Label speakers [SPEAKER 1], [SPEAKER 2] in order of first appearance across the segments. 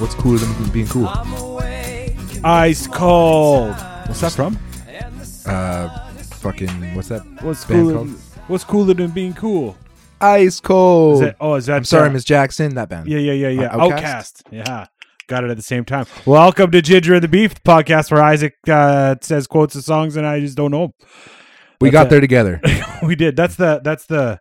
[SPEAKER 1] What's cooler than being cool?
[SPEAKER 2] Ice cold.
[SPEAKER 1] What's that from? Uh, fucking what's that?
[SPEAKER 2] What's
[SPEAKER 1] band
[SPEAKER 2] cooler?
[SPEAKER 1] called?
[SPEAKER 2] than- What's cooler than being cool?
[SPEAKER 1] Ice
[SPEAKER 2] Is
[SPEAKER 1] Cold.
[SPEAKER 2] that, oh, is that?
[SPEAKER 1] I'm sorry,
[SPEAKER 2] uh,
[SPEAKER 1] Miss Jackson. That band.
[SPEAKER 2] Yeah, yeah, yeah, yeah.
[SPEAKER 1] Uh,
[SPEAKER 2] Outcast. Yeah. Got it at the same time. Welcome to Ginger and the Beef, the podcast where Isaac uh, says quotes of songs and I just don't know. 'em.
[SPEAKER 1] we
[SPEAKER 2] That's
[SPEAKER 1] got
[SPEAKER 2] it.
[SPEAKER 1] there together.
[SPEAKER 2] we did. That's the that's the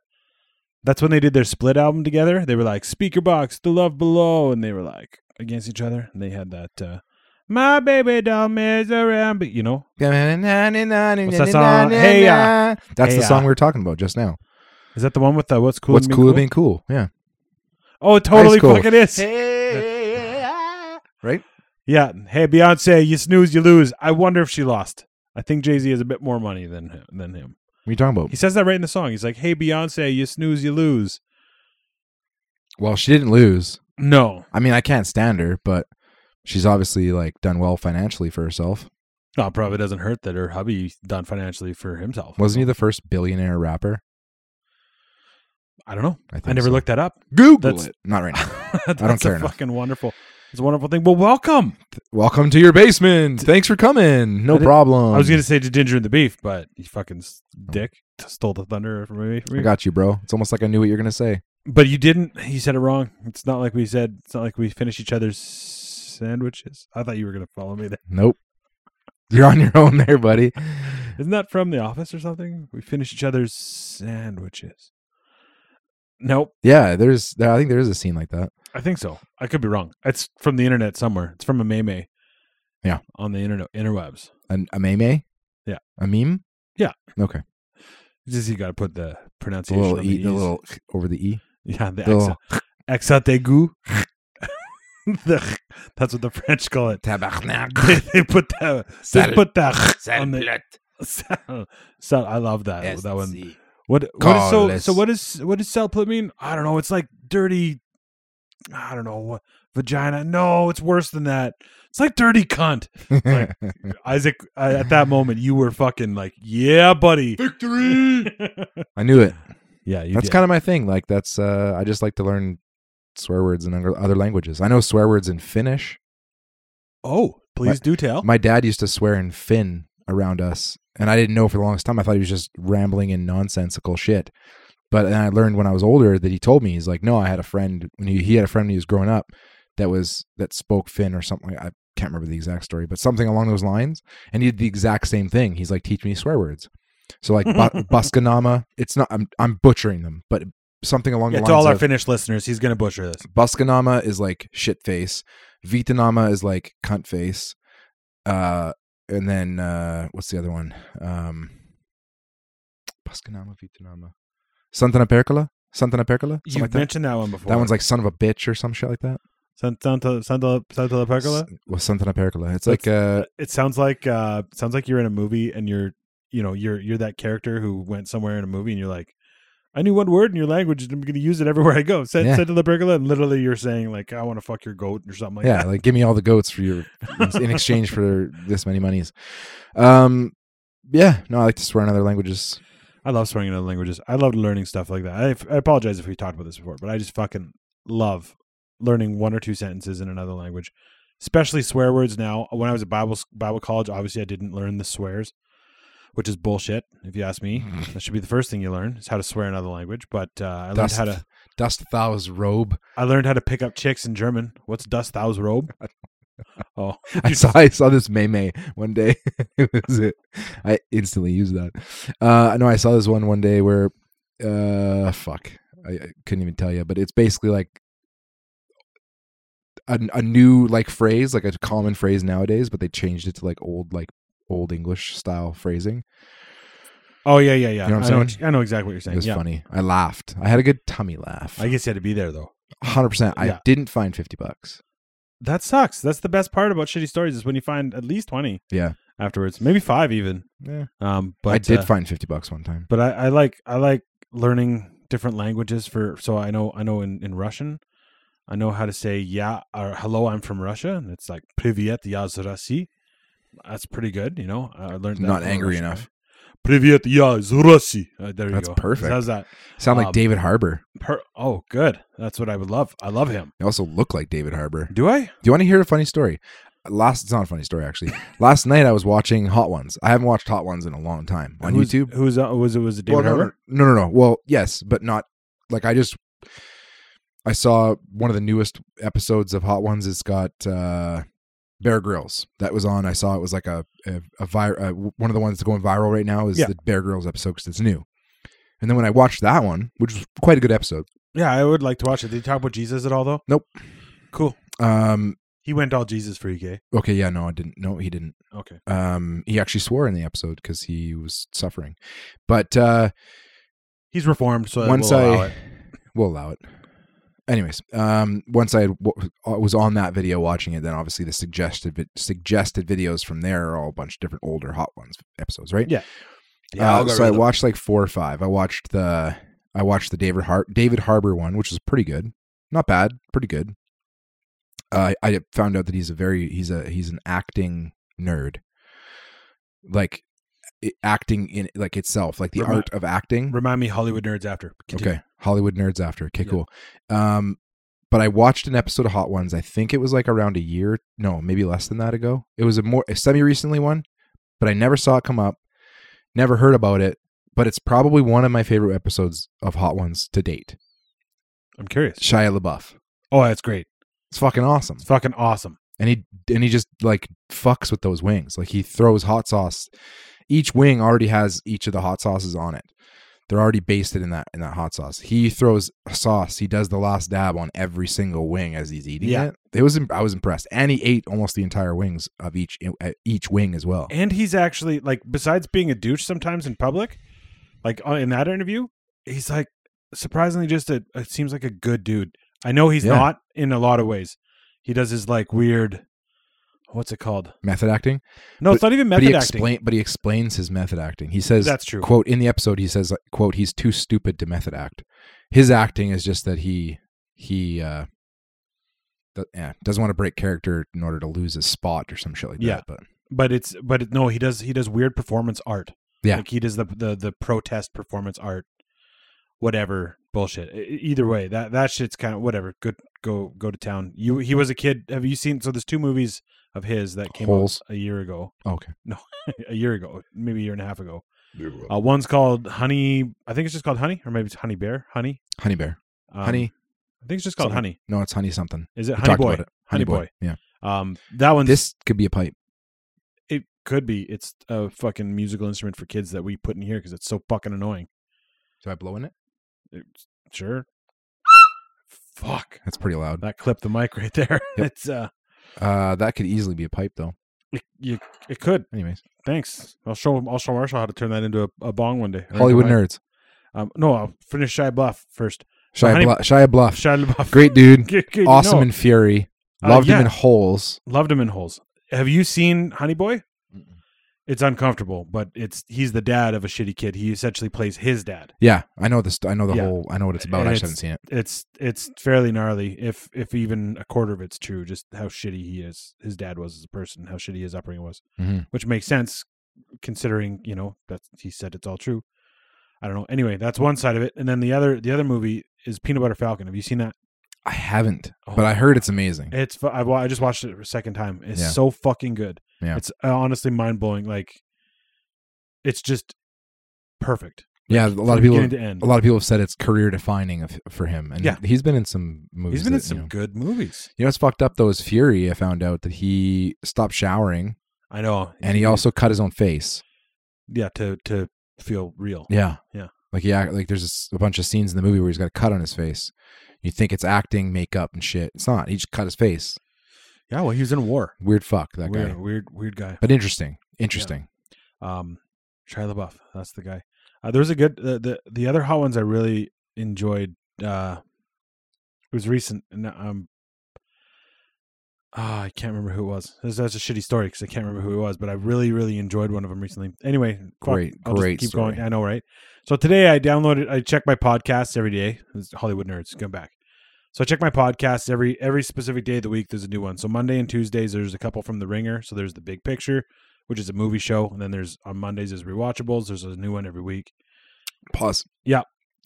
[SPEAKER 2] that's when they did their split album together. They were like Speaker Box, The Love Below, and they were like against each other. And they had that uh, My baby doll is around, but you know,
[SPEAKER 1] What's
[SPEAKER 2] that song? Hey Ya.
[SPEAKER 1] That's
[SPEAKER 2] Hey
[SPEAKER 1] the
[SPEAKER 2] Ya.
[SPEAKER 1] song we were talking about just now.
[SPEAKER 2] is that the one with the what's cool?
[SPEAKER 1] What's
[SPEAKER 2] than
[SPEAKER 1] cooler than being cool? Yeah.
[SPEAKER 2] Oh, it totally
[SPEAKER 1] Ice Cold.
[SPEAKER 2] fucking is. uh.
[SPEAKER 1] Right?
[SPEAKER 2] Yeah. Hey, Beyonce, you snooze, you lose. I wonder if she lost. I think Jay Z has a bit more money than him, than him.
[SPEAKER 1] What are you talking about?
[SPEAKER 2] He says that right in the song. He's like, "Hey, Beyonce, you snooze, you lose."
[SPEAKER 1] Well, she didn't lose.
[SPEAKER 2] No,
[SPEAKER 1] I mean, I can't stand her, but she's obviously like done well financially for herself.
[SPEAKER 2] no, it probably doesn't hurt that her hubby done financially for himself.
[SPEAKER 1] Wasn't he the first billionaire rapper?
[SPEAKER 2] I don't know.
[SPEAKER 1] think
[SPEAKER 2] I never
[SPEAKER 1] so.
[SPEAKER 2] looked that up.
[SPEAKER 1] Google
[SPEAKER 2] That's-
[SPEAKER 1] it. Not right now.
[SPEAKER 2] That's
[SPEAKER 1] care
[SPEAKER 2] a
[SPEAKER 1] enough.
[SPEAKER 2] fucking wonderful. It's a wonderful thing. Well, welcome.
[SPEAKER 1] Welcome to your basement. Thanks for coming.
[SPEAKER 2] I
[SPEAKER 1] No
[SPEAKER 2] did-
[SPEAKER 1] problem.
[SPEAKER 2] I was gonna say to Ginger and the Beef, but you fucking s- dick stole the thunder from me.
[SPEAKER 1] I got you, bro. It's almost like I knew what you were gonna say.
[SPEAKER 2] But you didn't. You said it wrong. It's not like we said. It's not like we finished each other's sandwiches. I thought you were gonna follow me there.
[SPEAKER 1] Nope. You're on your own there, buddy.
[SPEAKER 2] Isn't that from The Office or something? We finish each other's sandwiches. Nope,
[SPEAKER 1] Yeah, there's. There, I think there is a scene like that.
[SPEAKER 2] I think so. I could be wrong. It's from the internet somewhere. It's from a meme.
[SPEAKER 1] Yeah.
[SPEAKER 2] on the internet interwebs.
[SPEAKER 1] An, a meme.
[SPEAKER 2] Yeah.
[SPEAKER 1] A meme.
[SPEAKER 2] Yeah.
[SPEAKER 1] Okay.
[SPEAKER 2] Just you got to put the
[SPEAKER 1] A
[SPEAKER 2] pronunciation.
[SPEAKER 1] little
[SPEAKER 2] on
[SPEAKER 1] e,
[SPEAKER 2] the
[SPEAKER 1] the
[SPEAKER 2] E's.
[SPEAKER 1] little over the e.
[SPEAKER 2] yeah, the
[SPEAKER 1] the little-
[SPEAKER 2] accent, accent aigu. the, that's what the French call it.
[SPEAKER 1] Tabarnak.
[SPEAKER 2] They, they put the they
[SPEAKER 1] Sal-
[SPEAKER 2] put the on the
[SPEAKER 1] Salplat.
[SPEAKER 2] sal, sal- I love that that one.
[SPEAKER 1] SC.
[SPEAKER 2] What, what is so
[SPEAKER 1] Carless.
[SPEAKER 2] so what is what does selplit mean? I don't know. It's like dirty I don't know what vagina. No, it's worse than that. It's like dirty cunt. Like- Isaac I, at that moment you were fucking like, "Yeah, buddy." Victory.
[SPEAKER 1] I knew it.
[SPEAKER 2] yeah, you
[SPEAKER 1] that's kind of my thing. Like that's. uh I just like to learn swear words in other other languages. I know swear words in Finnish.
[SPEAKER 2] of Oh, please do tell.
[SPEAKER 1] My dad used to swear in Finn around us, and I didn't know for the longest time. I thought he was just rambling and nonsensical shit. But then I learned when I was older that he told me he's like, no, I had a friend when he, he had a friend when he was growing up that was that spoke Finn or something. I can't remember the exact story, but something along those lines. And he did the exact same thing. He's like, teach me swear words. So like bu- buskanama, it's not. I'm I'm butchering them, but something along
[SPEAKER 2] yeah,
[SPEAKER 1] the
[SPEAKER 2] to
[SPEAKER 1] lines
[SPEAKER 2] all our
[SPEAKER 1] of
[SPEAKER 2] Finnish listeners, he's going to butcher this.
[SPEAKER 1] Buskanama is like shit face. Vitanama is like cunt face. Uh, and then uh, what's the other one? Um, Buskanama, Vitanama, Santana Percola, Santana Percola.
[SPEAKER 2] You
[SPEAKER 1] Something like that.
[SPEAKER 2] mentioned that one before.
[SPEAKER 1] That one's like son of a bitch or some shit like that.
[SPEAKER 2] Santa Santa Santa Pergola.
[SPEAKER 1] S- well, Santana Percola. It's like uh,
[SPEAKER 2] it sounds like uh sounds like you're in a movie and you're you know you're you're that character who went somewhere in a movie and you're like i knew one word in your language and i'm gonna use it everywhere i go said
[SPEAKER 1] Yeah.
[SPEAKER 2] said to the pergola and literally you're saying like i want to fuck your goat or something like
[SPEAKER 1] yeah, like give me all the goats for your in- in exchange for this many monies. Um, yeah, no, I like to swear in other languages.
[SPEAKER 2] i love swearing in other languages i love learning stuff like that I, I apologize if we talked about this before but i just fucking love learning one or two sentences in another language especially swear words now when i was at bible s- bible college obviously i didn't learn the swears which is bullshit if you ask me that should be the first thing you learn is how to swear in another language but uh, i learned
[SPEAKER 1] Dust-
[SPEAKER 2] how to
[SPEAKER 1] Dust thou's robe.
[SPEAKER 2] I learned how to pick up chicks in German. What's das thous robe? Oh,
[SPEAKER 1] I saw I saw this meme one day. it was it. I instantly used that. Uh, no, I saw this one one day where, uh, fuck, I, I couldn't even tell you, but it's basically like a, a new like phrase, like a common phrase nowadays, but they changed it to like old like old English style phrasing.
[SPEAKER 2] oh yeah, yeah, yeah.
[SPEAKER 1] You know what I'm
[SPEAKER 2] I, know
[SPEAKER 1] saying?
[SPEAKER 2] you- I know exactly what you're
[SPEAKER 1] It
[SPEAKER 2] saying.
[SPEAKER 1] was
[SPEAKER 2] Yeah,
[SPEAKER 1] funny. I laughed. I had a good tummy laugh.
[SPEAKER 2] I guess you had to be there though.
[SPEAKER 1] Hundred percent. I
[SPEAKER 2] Yeah.
[SPEAKER 1] didn't find fifty bucks.
[SPEAKER 2] That sucks. That's the best part about shitty stories is when you find at least twenty
[SPEAKER 1] Yeah,
[SPEAKER 2] afterwards, maybe five even.
[SPEAKER 1] yeah.
[SPEAKER 2] Um, but
[SPEAKER 1] I did
[SPEAKER 2] uh,
[SPEAKER 1] find fifty bucks one time.
[SPEAKER 2] but I, I like I like learning different languages for. So I know I know in in Russian, I know how to say yeah or hello. I'm from Russia, and it's like privyet, я из России. That's pretty good, you know. I learned that
[SPEAKER 1] Not
[SPEAKER 2] from a
[SPEAKER 1] angry
[SPEAKER 2] Russian guy.
[SPEAKER 1] enough.
[SPEAKER 2] Привет, я из Russia. Uh, there you
[SPEAKER 1] That's
[SPEAKER 2] go.
[SPEAKER 1] perfect.
[SPEAKER 2] How's that?
[SPEAKER 1] Sound like
[SPEAKER 2] Um,
[SPEAKER 1] David Harbour.
[SPEAKER 2] Per- oh, good. That's what I would love. I love him.
[SPEAKER 1] They also look like David Harbour. Do
[SPEAKER 2] Do I?
[SPEAKER 1] you want to hear a funny story? Last, it's not a funny story actually. Last night I was watching Hot Ones. I haven't watched Hot Ones in a long time on
[SPEAKER 2] who's,
[SPEAKER 1] YouTube.
[SPEAKER 2] Who's uh, was it? Was it David
[SPEAKER 1] well, no,
[SPEAKER 2] Harbour?
[SPEAKER 1] No, no, no, no. Well, yes, but not like I just I saw one of the newest episodes of Hot Ones. It's got uh Bear Grylls that was on. I saw it was like a a, a vir- uh, one of the ones that's going viral right now is
[SPEAKER 2] Yeah.
[SPEAKER 1] the Bear Grylls episode because it's new. And then when I watched that one, which was quite a good episode,
[SPEAKER 2] Yeah, I would like to watch it. Did you talk about Jesus at all though?
[SPEAKER 1] Nope.
[SPEAKER 2] Cool.
[SPEAKER 1] um,
[SPEAKER 2] He went all Jesus freak, eh?
[SPEAKER 1] okay, yeah, no, I didn't. No, he didn't.
[SPEAKER 2] Okay.
[SPEAKER 1] Um, he actually swore in the episode because he was suffering. But uh,
[SPEAKER 2] He's reformed, so
[SPEAKER 1] once
[SPEAKER 2] we'll allow
[SPEAKER 1] I
[SPEAKER 2] it.
[SPEAKER 1] will allow it. Anyways, um, once I w- uh, was on that video watching it, then obviously the suggested vi- suggested videos from there are all a bunch of different older Hot Ones episodes, right?
[SPEAKER 2] Yeah,
[SPEAKER 1] Uh,
[SPEAKER 2] I'll go
[SPEAKER 1] so I
[SPEAKER 2] with him.
[SPEAKER 1] watched like four or five. I watched the I watched the David Har- David Harbor one, which is pretty good, not bad, pretty good. Uh, I I found out that he's a very he's a he's an acting nerd, like i- acting in like itself, like the
[SPEAKER 2] Remi-
[SPEAKER 1] art of acting.
[SPEAKER 2] Remind me, Hollywood nerds after. Continue.
[SPEAKER 1] Okay. Hollywood Nerds After. Okay,
[SPEAKER 2] Yeah.
[SPEAKER 1] cool. Um, but I watched an episode of Hot Ones. I think it was like around a year, no, maybe less than that ago. It was a more a semi recently one, but I never saw it come up, never heard about it. But it's probably one of my favorite episodes of Hot Ones to date.
[SPEAKER 2] I'm curious.
[SPEAKER 1] Shia LaBeouf.
[SPEAKER 2] Oh, that's great.
[SPEAKER 1] It's fucking awesome.
[SPEAKER 2] It's fucking awesome.
[SPEAKER 1] and he and he just like fucks with those wings. Like he throws hot sauce. Each wing already has each of the hot sauces on it. They're already basted in that in that hot sauce. He throws a sauce. He does the last dab on every single wing as he's eating
[SPEAKER 2] Yeah.
[SPEAKER 1] it. It was I was impressed, and he ate almost the entire wings of each uh, each wing as well.
[SPEAKER 2] And he's actually like, besides being a douche sometimes in public, like uh, in that interview, he's like surprisingly just a. It seems like a good dude. I know he's
[SPEAKER 1] Yeah.
[SPEAKER 2] not in a lot of ways. He does his like weird. What's it called?
[SPEAKER 1] Method acting,
[SPEAKER 2] No, it's not even
[SPEAKER 1] but
[SPEAKER 2] method
[SPEAKER 1] he
[SPEAKER 2] acting.
[SPEAKER 1] explain but he explains his method acting. He says
[SPEAKER 2] That's true.
[SPEAKER 1] quote in the episode he says like, quote he's too stupid to method act his acting is just that he he uh th- yeah, doesn't want to break character in order to lose his spot or some shit like
[SPEAKER 2] Yeah.
[SPEAKER 1] that but
[SPEAKER 2] but it's but it, no he does he does weird performance art
[SPEAKER 1] Yeah.
[SPEAKER 2] like he does the the the protest performance art whatever bullshit E- e- either way that that shit's kind of whatever good go go to town you he was a kid have you seen so there's two movies of his that came
[SPEAKER 1] Holes.
[SPEAKER 2] out a year ago
[SPEAKER 1] okay
[SPEAKER 2] a year ago maybe a year and a half ago uh, one's called honey i think it's just called honey or maybe it's honey bear honey
[SPEAKER 1] honey bear
[SPEAKER 2] Um,
[SPEAKER 1] honey
[SPEAKER 2] i think it's just called
[SPEAKER 1] something.
[SPEAKER 2] honey
[SPEAKER 1] no it's honey something
[SPEAKER 2] is it
[SPEAKER 1] We
[SPEAKER 2] honey
[SPEAKER 1] talked
[SPEAKER 2] boy
[SPEAKER 1] about it.
[SPEAKER 2] Honey Boy.
[SPEAKER 1] yeah
[SPEAKER 2] um that one's
[SPEAKER 1] this could be a pipe
[SPEAKER 2] It could be. It's a fucking musical instrument for kids that we put in here because it's so fucking annoying.
[SPEAKER 1] do i blow in it
[SPEAKER 2] It's- sure. Fuck.
[SPEAKER 1] that's pretty loud
[SPEAKER 2] That clipped the mic right there.
[SPEAKER 1] Yep.
[SPEAKER 2] It's uh,
[SPEAKER 1] uh that could easily be a pipe though
[SPEAKER 2] it, you, it could.
[SPEAKER 1] anyways
[SPEAKER 2] Thanks. I'll show I'll show Marshall how to turn that into a, a bong one day. Or
[SPEAKER 1] hollywood
[SPEAKER 2] into a mic.
[SPEAKER 1] nerds
[SPEAKER 2] Um, no, I'll finish Shia Bluff first.
[SPEAKER 1] shia,
[SPEAKER 2] Honey-
[SPEAKER 1] Bluff, shia bluff
[SPEAKER 2] Shia LaBeouf.
[SPEAKER 1] great dude
[SPEAKER 2] Good- good,
[SPEAKER 1] awesome
[SPEAKER 2] no.
[SPEAKER 1] in fury
[SPEAKER 2] Uh,
[SPEAKER 1] loved
[SPEAKER 2] yeah.
[SPEAKER 1] him in holes
[SPEAKER 2] Loved him in Holes. Have you seen Honey Boy? It's uncomfortable, but it's he's the dad of a shitty kid. He essentially plays his dad.
[SPEAKER 1] yeah i know this i know the
[SPEAKER 2] Yeah.
[SPEAKER 1] whole i know what it's about i
[SPEAKER 2] It's-
[SPEAKER 1] just haven't seen it
[SPEAKER 2] it's it's fairly gnarly if if even a quarter of it's true just how shitty he is his dad was as a person how shitty his upbringing was
[SPEAKER 1] Mhm.
[SPEAKER 2] which makes sense considering you know that he said it's all true i don't know anyway that's one side of it and then the other the other movie is peanut butter falcon have you seen that
[SPEAKER 1] i haven't
[SPEAKER 2] Oh
[SPEAKER 1] but i
[SPEAKER 2] my
[SPEAKER 1] heard it's amazing
[SPEAKER 2] it's fu- I, wa- I just watched it a second time it's
[SPEAKER 1] Yeah.
[SPEAKER 2] so fucking good
[SPEAKER 1] Yeah.
[SPEAKER 2] it's uh, honestly mind-blowing like it's just perfect
[SPEAKER 1] yeah a
[SPEAKER 2] Like,
[SPEAKER 1] lot
[SPEAKER 2] from
[SPEAKER 1] of people
[SPEAKER 2] beginning to end
[SPEAKER 1] a lot of people have said it's career defining of, for him, and
[SPEAKER 2] Yeah.
[SPEAKER 1] he's been in some movies.
[SPEAKER 2] he's been in
[SPEAKER 1] that,
[SPEAKER 2] some
[SPEAKER 1] You know,
[SPEAKER 2] good movies
[SPEAKER 1] You know what's fucked up though is Fury. I found out that he stopped showering,
[SPEAKER 2] i know
[SPEAKER 1] and he also cut his own face.
[SPEAKER 2] yeah to to feel real
[SPEAKER 1] Yeah,
[SPEAKER 2] Yeah.
[SPEAKER 1] Like yeah, like there's just a bunch of scenes in the movie where he's got a cut on his face. You think it's acting, makeup, and shit. It's not. He just cut his face.
[SPEAKER 2] Yeah, well, he was in war.
[SPEAKER 1] Weird fuck that
[SPEAKER 2] weird,
[SPEAKER 1] guy.
[SPEAKER 2] weird, weird guy.
[SPEAKER 1] But interesting. Interesting.
[SPEAKER 2] Um, Shia LaBeouf, that's the guy. Uh, there was a good the, the the other hot ones I really enjoyed. Uh, it was recent, and um, ah, I can't remember who it was. That's, that's a shitty story because I can't remember who it was. But I really, really enjoyed one of them recently. Anyway, fuck,
[SPEAKER 1] Great,
[SPEAKER 2] I'll just
[SPEAKER 1] great
[SPEAKER 2] keep going.
[SPEAKER 1] story.
[SPEAKER 2] I know, right? So today I downloaded. I check my podcasts every day. It's Hollywood nerds come back. So I check my podcasts every every specific day of the week. There's a new one. So Monday and Tuesdays, there's a couple from The Ringer. So there's the Big Picture, which is a movie show. And then there's on Mondays is rewatchables. There's a new one every week.
[SPEAKER 1] Pause.
[SPEAKER 2] Yeah.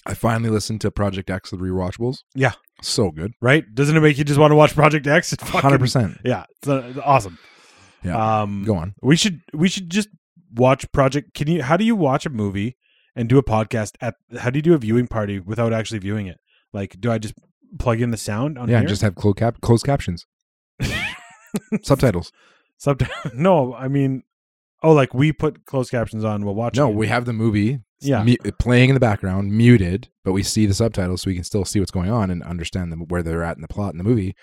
[SPEAKER 1] I finally listened to Project X the rewatchables.
[SPEAKER 2] Yeah.
[SPEAKER 1] So good.
[SPEAKER 2] Right? Doesn't it make you just want to watch Project X? It fucking-
[SPEAKER 1] 100%.
[SPEAKER 2] Yeah, it's, uh, it's awesome.
[SPEAKER 1] Yeah.
[SPEAKER 2] Um,
[SPEAKER 1] Go on.
[SPEAKER 2] we should we should just watch Project. Can you? How do you watch a movie and do a podcast at? How do you do a viewing party without actually viewing it? Like, do I just plug in the sound on
[SPEAKER 1] Yeah,
[SPEAKER 2] here?
[SPEAKER 1] and just have closed, cap- closed captions, subtitles.
[SPEAKER 2] Subt- no, I mean, oh, like we put closed captions on while watching.
[SPEAKER 1] No,
[SPEAKER 2] it.
[SPEAKER 1] we have the movie
[SPEAKER 2] yeah,
[SPEAKER 1] mu- playing in the background, muted, but we see the subtitles so we can still see what's going on and understand them, where they're at in the plot in the movie.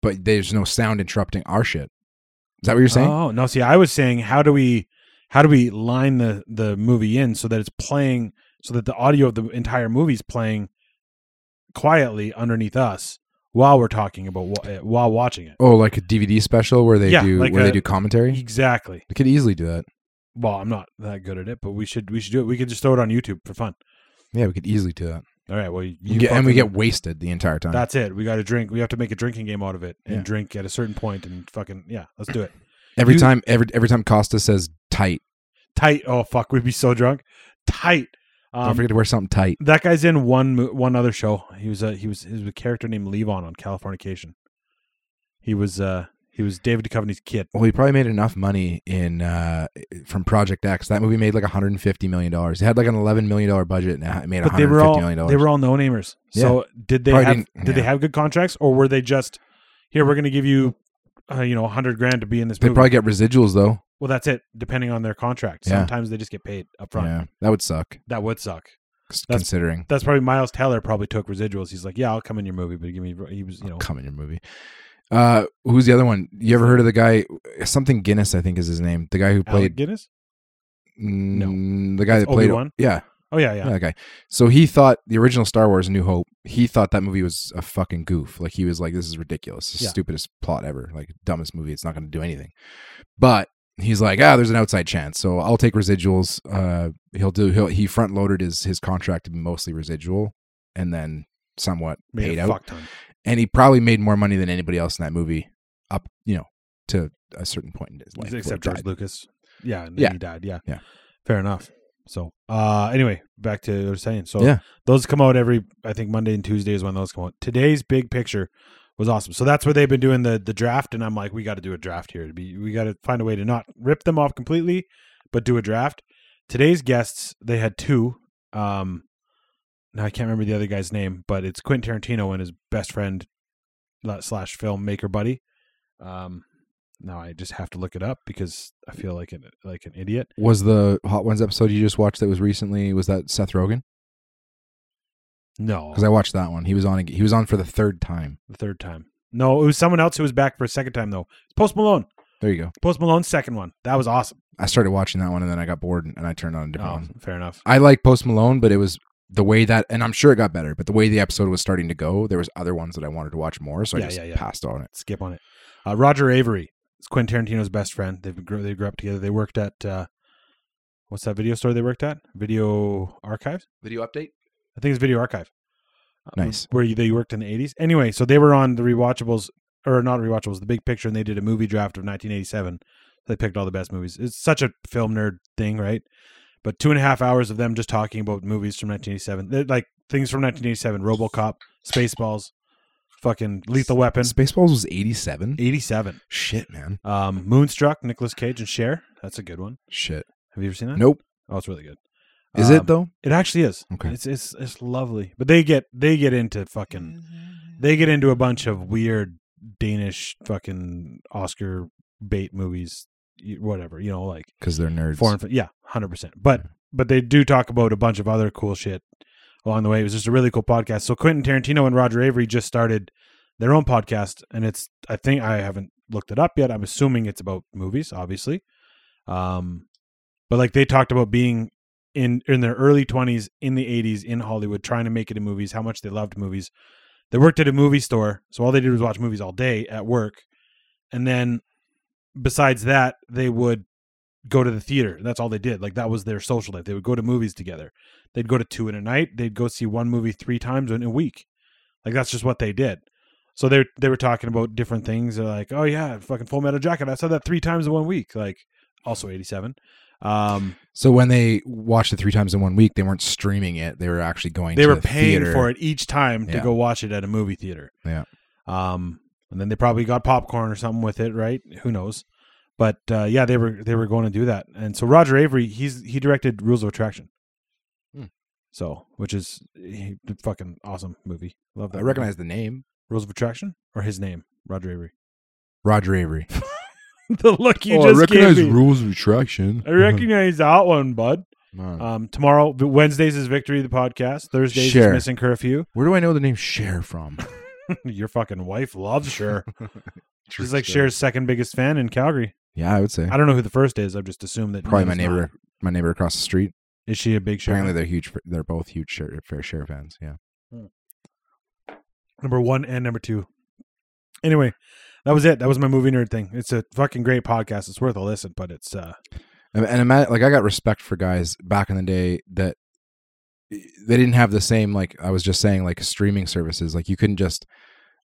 [SPEAKER 1] But there's no sound interrupting our shit. Is that what you're saying?
[SPEAKER 2] Oh no, see, I was saying, how do we how do we line the the movie in so that it's playing so that the audio of the entire movie is playing quietly underneath us while we're talking about wha- it- while watching it.
[SPEAKER 1] Oh, like a DVD special where they
[SPEAKER 2] Yeah,
[SPEAKER 1] do
[SPEAKER 2] like
[SPEAKER 1] where
[SPEAKER 2] a-
[SPEAKER 1] they do commentary.
[SPEAKER 2] Exactly.
[SPEAKER 1] They could easily do that.
[SPEAKER 2] Well, I'm not that good at it, but we should we should do it. We could just throw it on YouTube for fun.
[SPEAKER 1] Yeah, we could easily do that.
[SPEAKER 2] All right. Well, you
[SPEAKER 1] Get- and we
[SPEAKER 2] fucking-
[SPEAKER 1] get wasted the entire time.
[SPEAKER 2] that's it. We got to drink. We have to make a drinking game out of it and
[SPEAKER 1] Yeah.
[SPEAKER 2] drink at a certain point and fucking yeah. Let's do it.
[SPEAKER 1] every
[SPEAKER 2] you-
[SPEAKER 1] time, every every time Costa says tight,
[SPEAKER 2] Tight. Oh fuck, we'd be so drunk. Tight. Um,
[SPEAKER 1] don't forget to wear something tight.
[SPEAKER 2] That guy's in one mo- one other show. He was a he was he was a character named Levon on Californication. He was uh he was David Duchovny's kid.
[SPEAKER 1] Well, he probably made enough money in uh, from Project X. That movie made like 150 million dollars. It had like an 11 million dollar budget, and it made
[SPEAKER 2] But
[SPEAKER 1] 150
[SPEAKER 2] they
[SPEAKER 1] million
[SPEAKER 2] were all
[SPEAKER 1] dollars.
[SPEAKER 2] they were all no namers. So did they
[SPEAKER 1] Probably
[SPEAKER 2] have
[SPEAKER 1] didn't-
[SPEAKER 2] did they
[SPEAKER 1] yeah.
[SPEAKER 2] have good contracts or were they just here we're going to give you uh, you know 100 grand to be in this
[SPEAKER 1] They
[SPEAKER 2] movie.
[SPEAKER 1] probably get residuals though.
[SPEAKER 2] well, that's it depending on their contract.
[SPEAKER 1] Yeah.
[SPEAKER 2] Sometimes they just get paid up front.
[SPEAKER 1] Yeah, that would suck.
[SPEAKER 2] That would suck.
[SPEAKER 1] c-
[SPEAKER 2] That's-
[SPEAKER 1] Considering
[SPEAKER 2] That's probably Miles Taylor probably took residuals. He's like, "Yeah, I'll come in your movie, but give me he was, you know,
[SPEAKER 1] Oh, come in your movie. Uh, who's the other one? You ever heard of the guy? Something Guinness, I think, is his name. The guy who
[SPEAKER 2] Alec
[SPEAKER 1] played
[SPEAKER 2] Guinness?"
[SPEAKER 1] mm, the guy that
[SPEAKER 2] That's
[SPEAKER 1] played
[SPEAKER 2] Obi-Wan?
[SPEAKER 1] Yeah,
[SPEAKER 2] Oh yeah, yeah.
[SPEAKER 1] yeah, that guy. So he thought the original Star Wars: A New Hope. He thought that movie was a fucking goof. Like he was like, "This is ridiculous. This is
[SPEAKER 2] Yeah.
[SPEAKER 1] stupidest plot ever. Like dumbest movie. It's not going to do anything." But he's like, "Ah, there's an outside chance. So I'll take residuals." Uh, he'll do. He'll, he front loaded his his contract to be mostly residual, and then somewhat
[SPEAKER 2] Made
[SPEAKER 1] paid
[SPEAKER 2] a
[SPEAKER 1] out.
[SPEAKER 2] fuck ton.
[SPEAKER 1] and he probably made more money than anybody else in that movie up you know to a certain point in his life where
[SPEAKER 2] except
[SPEAKER 1] he
[SPEAKER 2] George
[SPEAKER 1] died.
[SPEAKER 2] Lucas. Yeah, and then
[SPEAKER 1] Yeah.
[SPEAKER 2] he died. Yeah,
[SPEAKER 1] Yeah.
[SPEAKER 2] Fair enough. So, uh, anyway, back to what I was saying. So,
[SPEAKER 1] Yeah.
[SPEAKER 2] those come out every I think Monday and Tuesday is when those come out. Today's big picture was awesome. So that's where they've been doing the the draft, and I'm like, we got to do a draft here. To be, we got to find a way to not rip them off completely, but do a draft. Today's guests, they had two. Um, now I can't remember the other guy's name, but it's Quentin Tarantino and his best friend la- slash filmmaker buddy. Um, now I just have to look it up because I feel like an like an idiot.
[SPEAKER 1] was the hot ones episode you just watched that was recently was that seth rogen
[SPEAKER 2] No,
[SPEAKER 1] because i watched that one he was on ag- he was on for the third time
[SPEAKER 2] the third time. No, it was someone else who was back for a second time though. It's Post Malone.
[SPEAKER 1] there you go
[SPEAKER 2] Post Malone's second one. That was awesome.
[SPEAKER 1] i started watching that one and then i got bored and i turned on a different
[SPEAKER 2] Oh,
[SPEAKER 1] one
[SPEAKER 2] fair enough.
[SPEAKER 1] i like post malone but it was the way that and i'm sure it got better but the way the episode was starting to go there was other ones that i wanted to watch more so i
[SPEAKER 2] Yeah,
[SPEAKER 1] just
[SPEAKER 2] yeah, yeah.
[SPEAKER 1] passed on it
[SPEAKER 2] Skip on it. Uh, Roger Avery is Quentin Tarantino's best friend. They've grew, they grew up together. They worked at uh, what's that video store they worked at? Video Archive.
[SPEAKER 1] video update
[SPEAKER 2] I think it's Video Archive. Um,
[SPEAKER 1] Nice.
[SPEAKER 2] Where you- they worked in the 80s. Anyway, so they were on the rewatchables, or not rewatchables, the big picture, and they did a movie draft of 1987. They picked all the best movies. It's such a film nerd thing, right? But two and a half hours of them just talking about movies from 1987. They're like things from 1987 Robocop, Spaceballs, fucking Lethal Weapon.
[SPEAKER 1] spaceballs was 87
[SPEAKER 2] 87.
[SPEAKER 1] shit man
[SPEAKER 2] Um, Moonstruck, Nicolas Cage, and Cher. That's a good one.
[SPEAKER 1] shit
[SPEAKER 2] Have you ever seen that?
[SPEAKER 1] nope
[SPEAKER 2] Oh, it's really good.
[SPEAKER 1] is
[SPEAKER 2] Um,
[SPEAKER 1] it though
[SPEAKER 2] It actually is.
[SPEAKER 1] Okay.
[SPEAKER 2] It's it's it's lovely. But they get they get into fucking they get into a bunch of weird Danish fucking Oscar bait movies, y- whatever you know, like
[SPEAKER 1] because they're nerds
[SPEAKER 2] foreign. fi- Yeah, hundred percent. But but they do talk about a bunch of other cool shit along the way. It was just a really cool podcast. So Quentin Tarantino and Roger Avery just started their own podcast, and it's I think I haven't looked it up yet. I'm assuming it's about movies, obviously. Um, but like they talked about being in in their early 20s, in the 80s, in Hollywood, trying to make it in movies, how much they loved movies. They worked at a movie store, so all they did was watch movies all day at work, and then besides that, they would go to the theater. That's all they did. Like that was their social life. They would go to movies together. They'd go to two in a night. They'd go see one movie three times in a week. Like that's just what they did. So they they were talking about different things. They're like, oh yeah, fucking Full Metal Jacket. I saw that three times in one week. Like also 87. Um,
[SPEAKER 1] So when they watched it three times in one week, they weren't streaming it. They were actually going.
[SPEAKER 2] they
[SPEAKER 1] to
[SPEAKER 2] were
[SPEAKER 1] the
[SPEAKER 2] paying
[SPEAKER 1] theater.
[SPEAKER 2] for it each time to
[SPEAKER 1] Yeah.
[SPEAKER 2] go watch it at a movie theater.
[SPEAKER 1] Yeah.
[SPEAKER 2] Um, and then they probably got popcorn or something with it, right? Who knows? But uh, yeah, they were they were going to do that. And so Roger Avery, he's he directed Rules of Attraction.
[SPEAKER 1] Hmm.
[SPEAKER 2] So, which is he, fucking awesome movie. Love that.
[SPEAKER 1] I
[SPEAKER 2] movie.
[SPEAKER 1] recognize the name
[SPEAKER 2] Rules of Attraction or his name, Roger Avery.
[SPEAKER 1] Roger Avery.
[SPEAKER 2] the look
[SPEAKER 1] Oh,
[SPEAKER 2] you just gave me.
[SPEAKER 1] rules of attraction.
[SPEAKER 2] I recognize that one, bud.
[SPEAKER 1] Man.
[SPEAKER 2] Um, tomorrow, Wednesdays is Victory the podcast. Thursdays
[SPEAKER 1] Sure.
[SPEAKER 2] is Missing Curfew.
[SPEAKER 1] Where do I know the name Cher from?
[SPEAKER 2] Your fucking wife loves Cher. She's like
[SPEAKER 1] Cher.
[SPEAKER 2] Cher's second biggest fan in Calgary.
[SPEAKER 1] Yeah, I would say
[SPEAKER 2] I don't know who the first is. I've just assumed that
[SPEAKER 1] probably my
[SPEAKER 2] Nina's not.
[SPEAKER 1] neighbor, my neighbor across the street.
[SPEAKER 2] Is she a big Cher?
[SPEAKER 1] Apparently,
[SPEAKER 2] fan?
[SPEAKER 1] they're huge. They're both huge Cher, fair share fans. Yeah.
[SPEAKER 2] Number one and number two. Anyway, that was it. That was my movie nerd thing. It's a fucking great podcast. It's worth a listen, but it's uh
[SPEAKER 1] And, and ima- like I got respect for guys back in the day that eh, they didn't have the same like I was just saying like streaming services. Like you couldn't just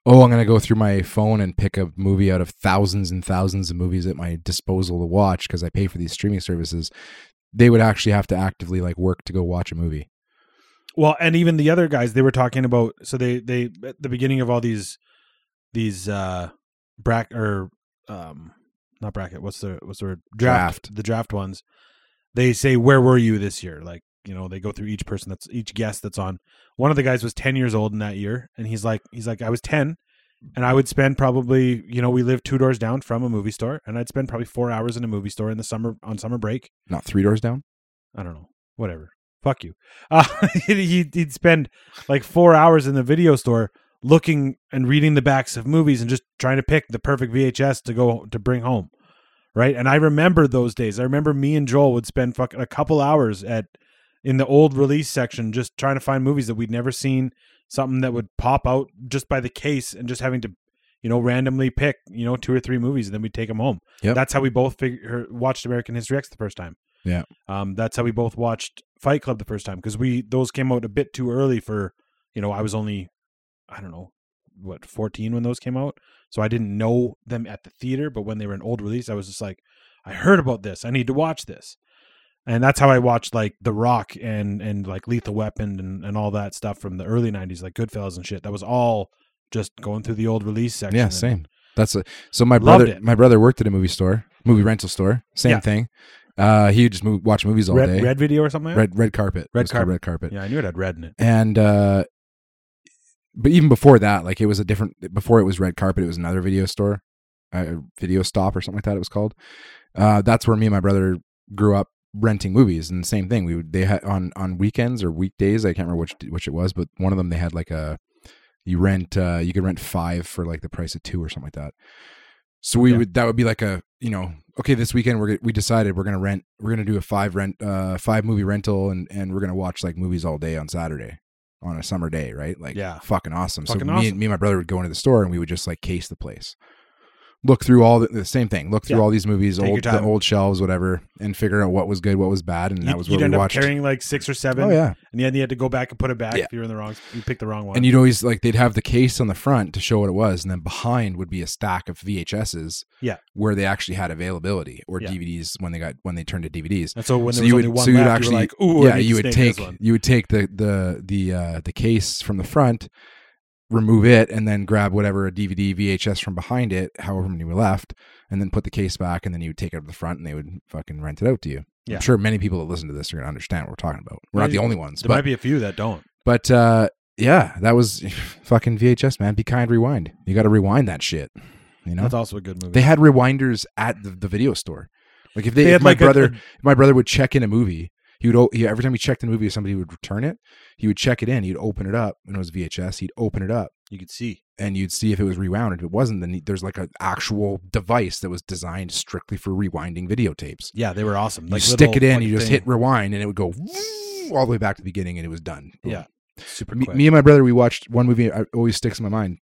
[SPEAKER 1] oh I'm gonna go through my phone and pick a movie out of thousands and thousands of movies at my disposal to watch because I pay for these streaming services. They would actually have to actively like work to go watch a movie.
[SPEAKER 2] well, and even the other guys they were talking about. So they they at the beginning of all these these uh bracket or um not bracket. What's the what's the word?
[SPEAKER 1] Draft.
[SPEAKER 2] The draft ones. They say where were you this year? Like you know they go through each person that's each guest that's on. One of the guys was ten years old in that year, and he's like he's like I was ten. And I would spend probably, you know, we live two doors down from a movie store, and I'd spend probably four hours in a movie store in the summer on summer break,
[SPEAKER 1] Not three doors down.
[SPEAKER 2] I don't know. Whatever. Fuck you. Uh, he'd, he'd spend like four hours in the video store looking and reading the backs of movies and just trying to pick the perfect VHS to go to bring home. Right. And I remember those days. I remember me and Joel would spend fucking a couple hours at in the old release section just trying to find movies that we'd never seen, something that would pop out just by the case and just having to, you know, randomly pick, you know, two or three movies and then we'd take them home.
[SPEAKER 1] Yep.
[SPEAKER 2] That's how we both figure, watched American History X the first time.
[SPEAKER 1] Yeah.
[SPEAKER 2] Um, that's how we both watched Fight Club the first time because we those came out a bit too early for you know I was only I don't know what 14 when those came out so I didn't know them at the theater but when they were an old release I was just like I heard about this I need to watch this and that's how I watched like The Rock and and like Lethal Weapon and, and all that stuff from the early 90s like Goodfellas and shit that was all just going through the old release section
[SPEAKER 1] Yeah,
[SPEAKER 2] and-
[SPEAKER 1] same. That's a, so my
[SPEAKER 2] Loved
[SPEAKER 1] brother.
[SPEAKER 2] it. Mm-hmm.
[SPEAKER 1] My brother worked at a movie store, movie rental store. Same
[SPEAKER 2] Yeah.
[SPEAKER 1] thing. Uh, he would just move, watch movies all
[SPEAKER 2] red,
[SPEAKER 1] day.
[SPEAKER 2] red video or something like that?
[SPEAKER 1] red, red carpet.
[SPEAKER 2] Red
[SPEAKER 1] It was called
[SPEAKER 2] carpet.
[SPEAKER 1] Red carpet.
[SPEAKER 2] yeah I knew it had red in it
[SPEAKER 1] and uh but even before that like it was a different before it was red carpet it was another video store uh, video stop or something like that it was called uh that's where me and my brother grew up renting movies and same thing we would they had on on weekends or weekdays i can't remember which which it was but one of them they had like a you rent uh you could rent five for like the price of two or something like that so we
[SPEAKER 2] Yeah.
[SPEAKER 1] would that would be like a you know okay this weekend we're g- we decided we're gonna rent we're gonna do a five rent uh five movie rental and and we're gonna watch like movies all day on Saturday on a summer day right like
[SPEAKER 2] Yeah.
[SPEAKER 1] fucking awesome
[SPEAKER 2] Fucking
[SPEAKER 1] so me
[SPEAKER 2] awesome.
[SPEAKER 1] and me and my brother would go into the store and we would just like case the place look through all the, the same thing look through
[SPEAKER 2] Yeah.
[SPEAKER 1] all these movies
[SPEAKER 2] Take your
[SPEAKER 1] old the
[SPEAKER 2] time.
[SPEAKER 1] old shelves whatever and figure out what was good what was bad and that
[SPEAKER 2] You'd-
[SPEAKER 1] was
[SPEAKER 2] you'd
[SPEAKER 1] what
[SPEAKER 2] end
[SPEAKER 1] we
[SPEAKER 2] up
[SPEAKER 1] watched
[SPEAKER 2] carrying like six or seven
[SPEAKER 1] oh yeah
[SPEAKER 2] and then you had to go back and put it back
[SPEAKER 1] Yeah.
[SPEAKER 2] if you were in the wrong. You picked the wrong one.
[SPEAKER 1] and you'd always like they'd have the case on the front to show what it was and then behind would be a stack of VHSs
[SPEAKER 2] Yeah.
[SPEAKER 1] where they actually had availability or
[SPEAKER 2] Yeah.
[SPEAKER 1] DVDs when they got when they turned to DVDs
[SPEAKER 2] and so when
[SPEAKER 1] so
[SPEAKER 2] there was
[SPEAKER 1] you
[SPEAKER 2] only
[SPEAKER 1] would-
[SPEAKER 2] one
[SPEAKER 1] so you'd
[SPEAKER 2] left,
[SPEAKER 1] actually-
[SPEAKER 2] you were like, "Ooh,
[SPEAKER 1] yeah,
[SPEAKER 2] I need
[SPEAKER 1] you
[SPEAKER 2] to
[SPEAKER 1] would
[SPEAKER 2] snake this
[SPEAKER 1] take
[SPEAKER 2] one."
[SPEAKER 1] you would take the the the uh, the case from the front, remove it, and then grab whatever a DVD VHS from behind it, however many were left, and then put the case back, and then you would take it up the front, and they would fucking rent it out to you.
[SPEAKER 2] Yeah.
[SPEAKER 1] I'm sure many people that listen to this are gonna understand what we're talking about. We're not
[SPEAKER 2] Maybe-
[SPEAKER 1] the only ones,
[SPEAKER 2] There
[SPEAKER 1] but
[SPEAKER 2] might be a few that don't.
[SPEAKER 1] but uh, yeah, that was fucking VHS, man. Be kind, rewind. You got to rewind that shit. You know,
[SPEAKER 2] That's also a good movie.
[SPEAKER 1] they had rewinders at the, the video store. Like if they,
[SPEAKER 2] They
[SPEAKER 1] if
[SPEAKER 2] had
[SPEAKER 1] my
[SPEAKER 2] like a-
[SPEAKER 1] brother if my brother would check in a movie. He would o- he, every time he checked in a movie, somebody would return it. He would check it in. He'd open it up, and it was VHS. He'd open it up,
[SPEAKER 2] you could see.
[SPEAKER 1] and you'd see if it was rewound. If it wasn't, then there's like an actual device that was designed strictly for rewinding videotapes.
[SPEAKER 2] Yeah, they were awesome. Like
[SPEAKER 1] you stick
[SPEAKER 2] little
[SPEAKER 1] it in,
[SPEAKER 2] fucking
[SPEAKER 1] you just
[SPEAKER 2] thing.
[SPEAKER 1] hit rewind, and it would go all the way back to the beginning, and it was done. Boom.
[SPEAKER 2] Yeah, super
[SPEAKER 1] Me,
[SPEAKER 2] quick.
[SPEAKER 1] me and my brother, we watched one movie. I always sticks in my mind.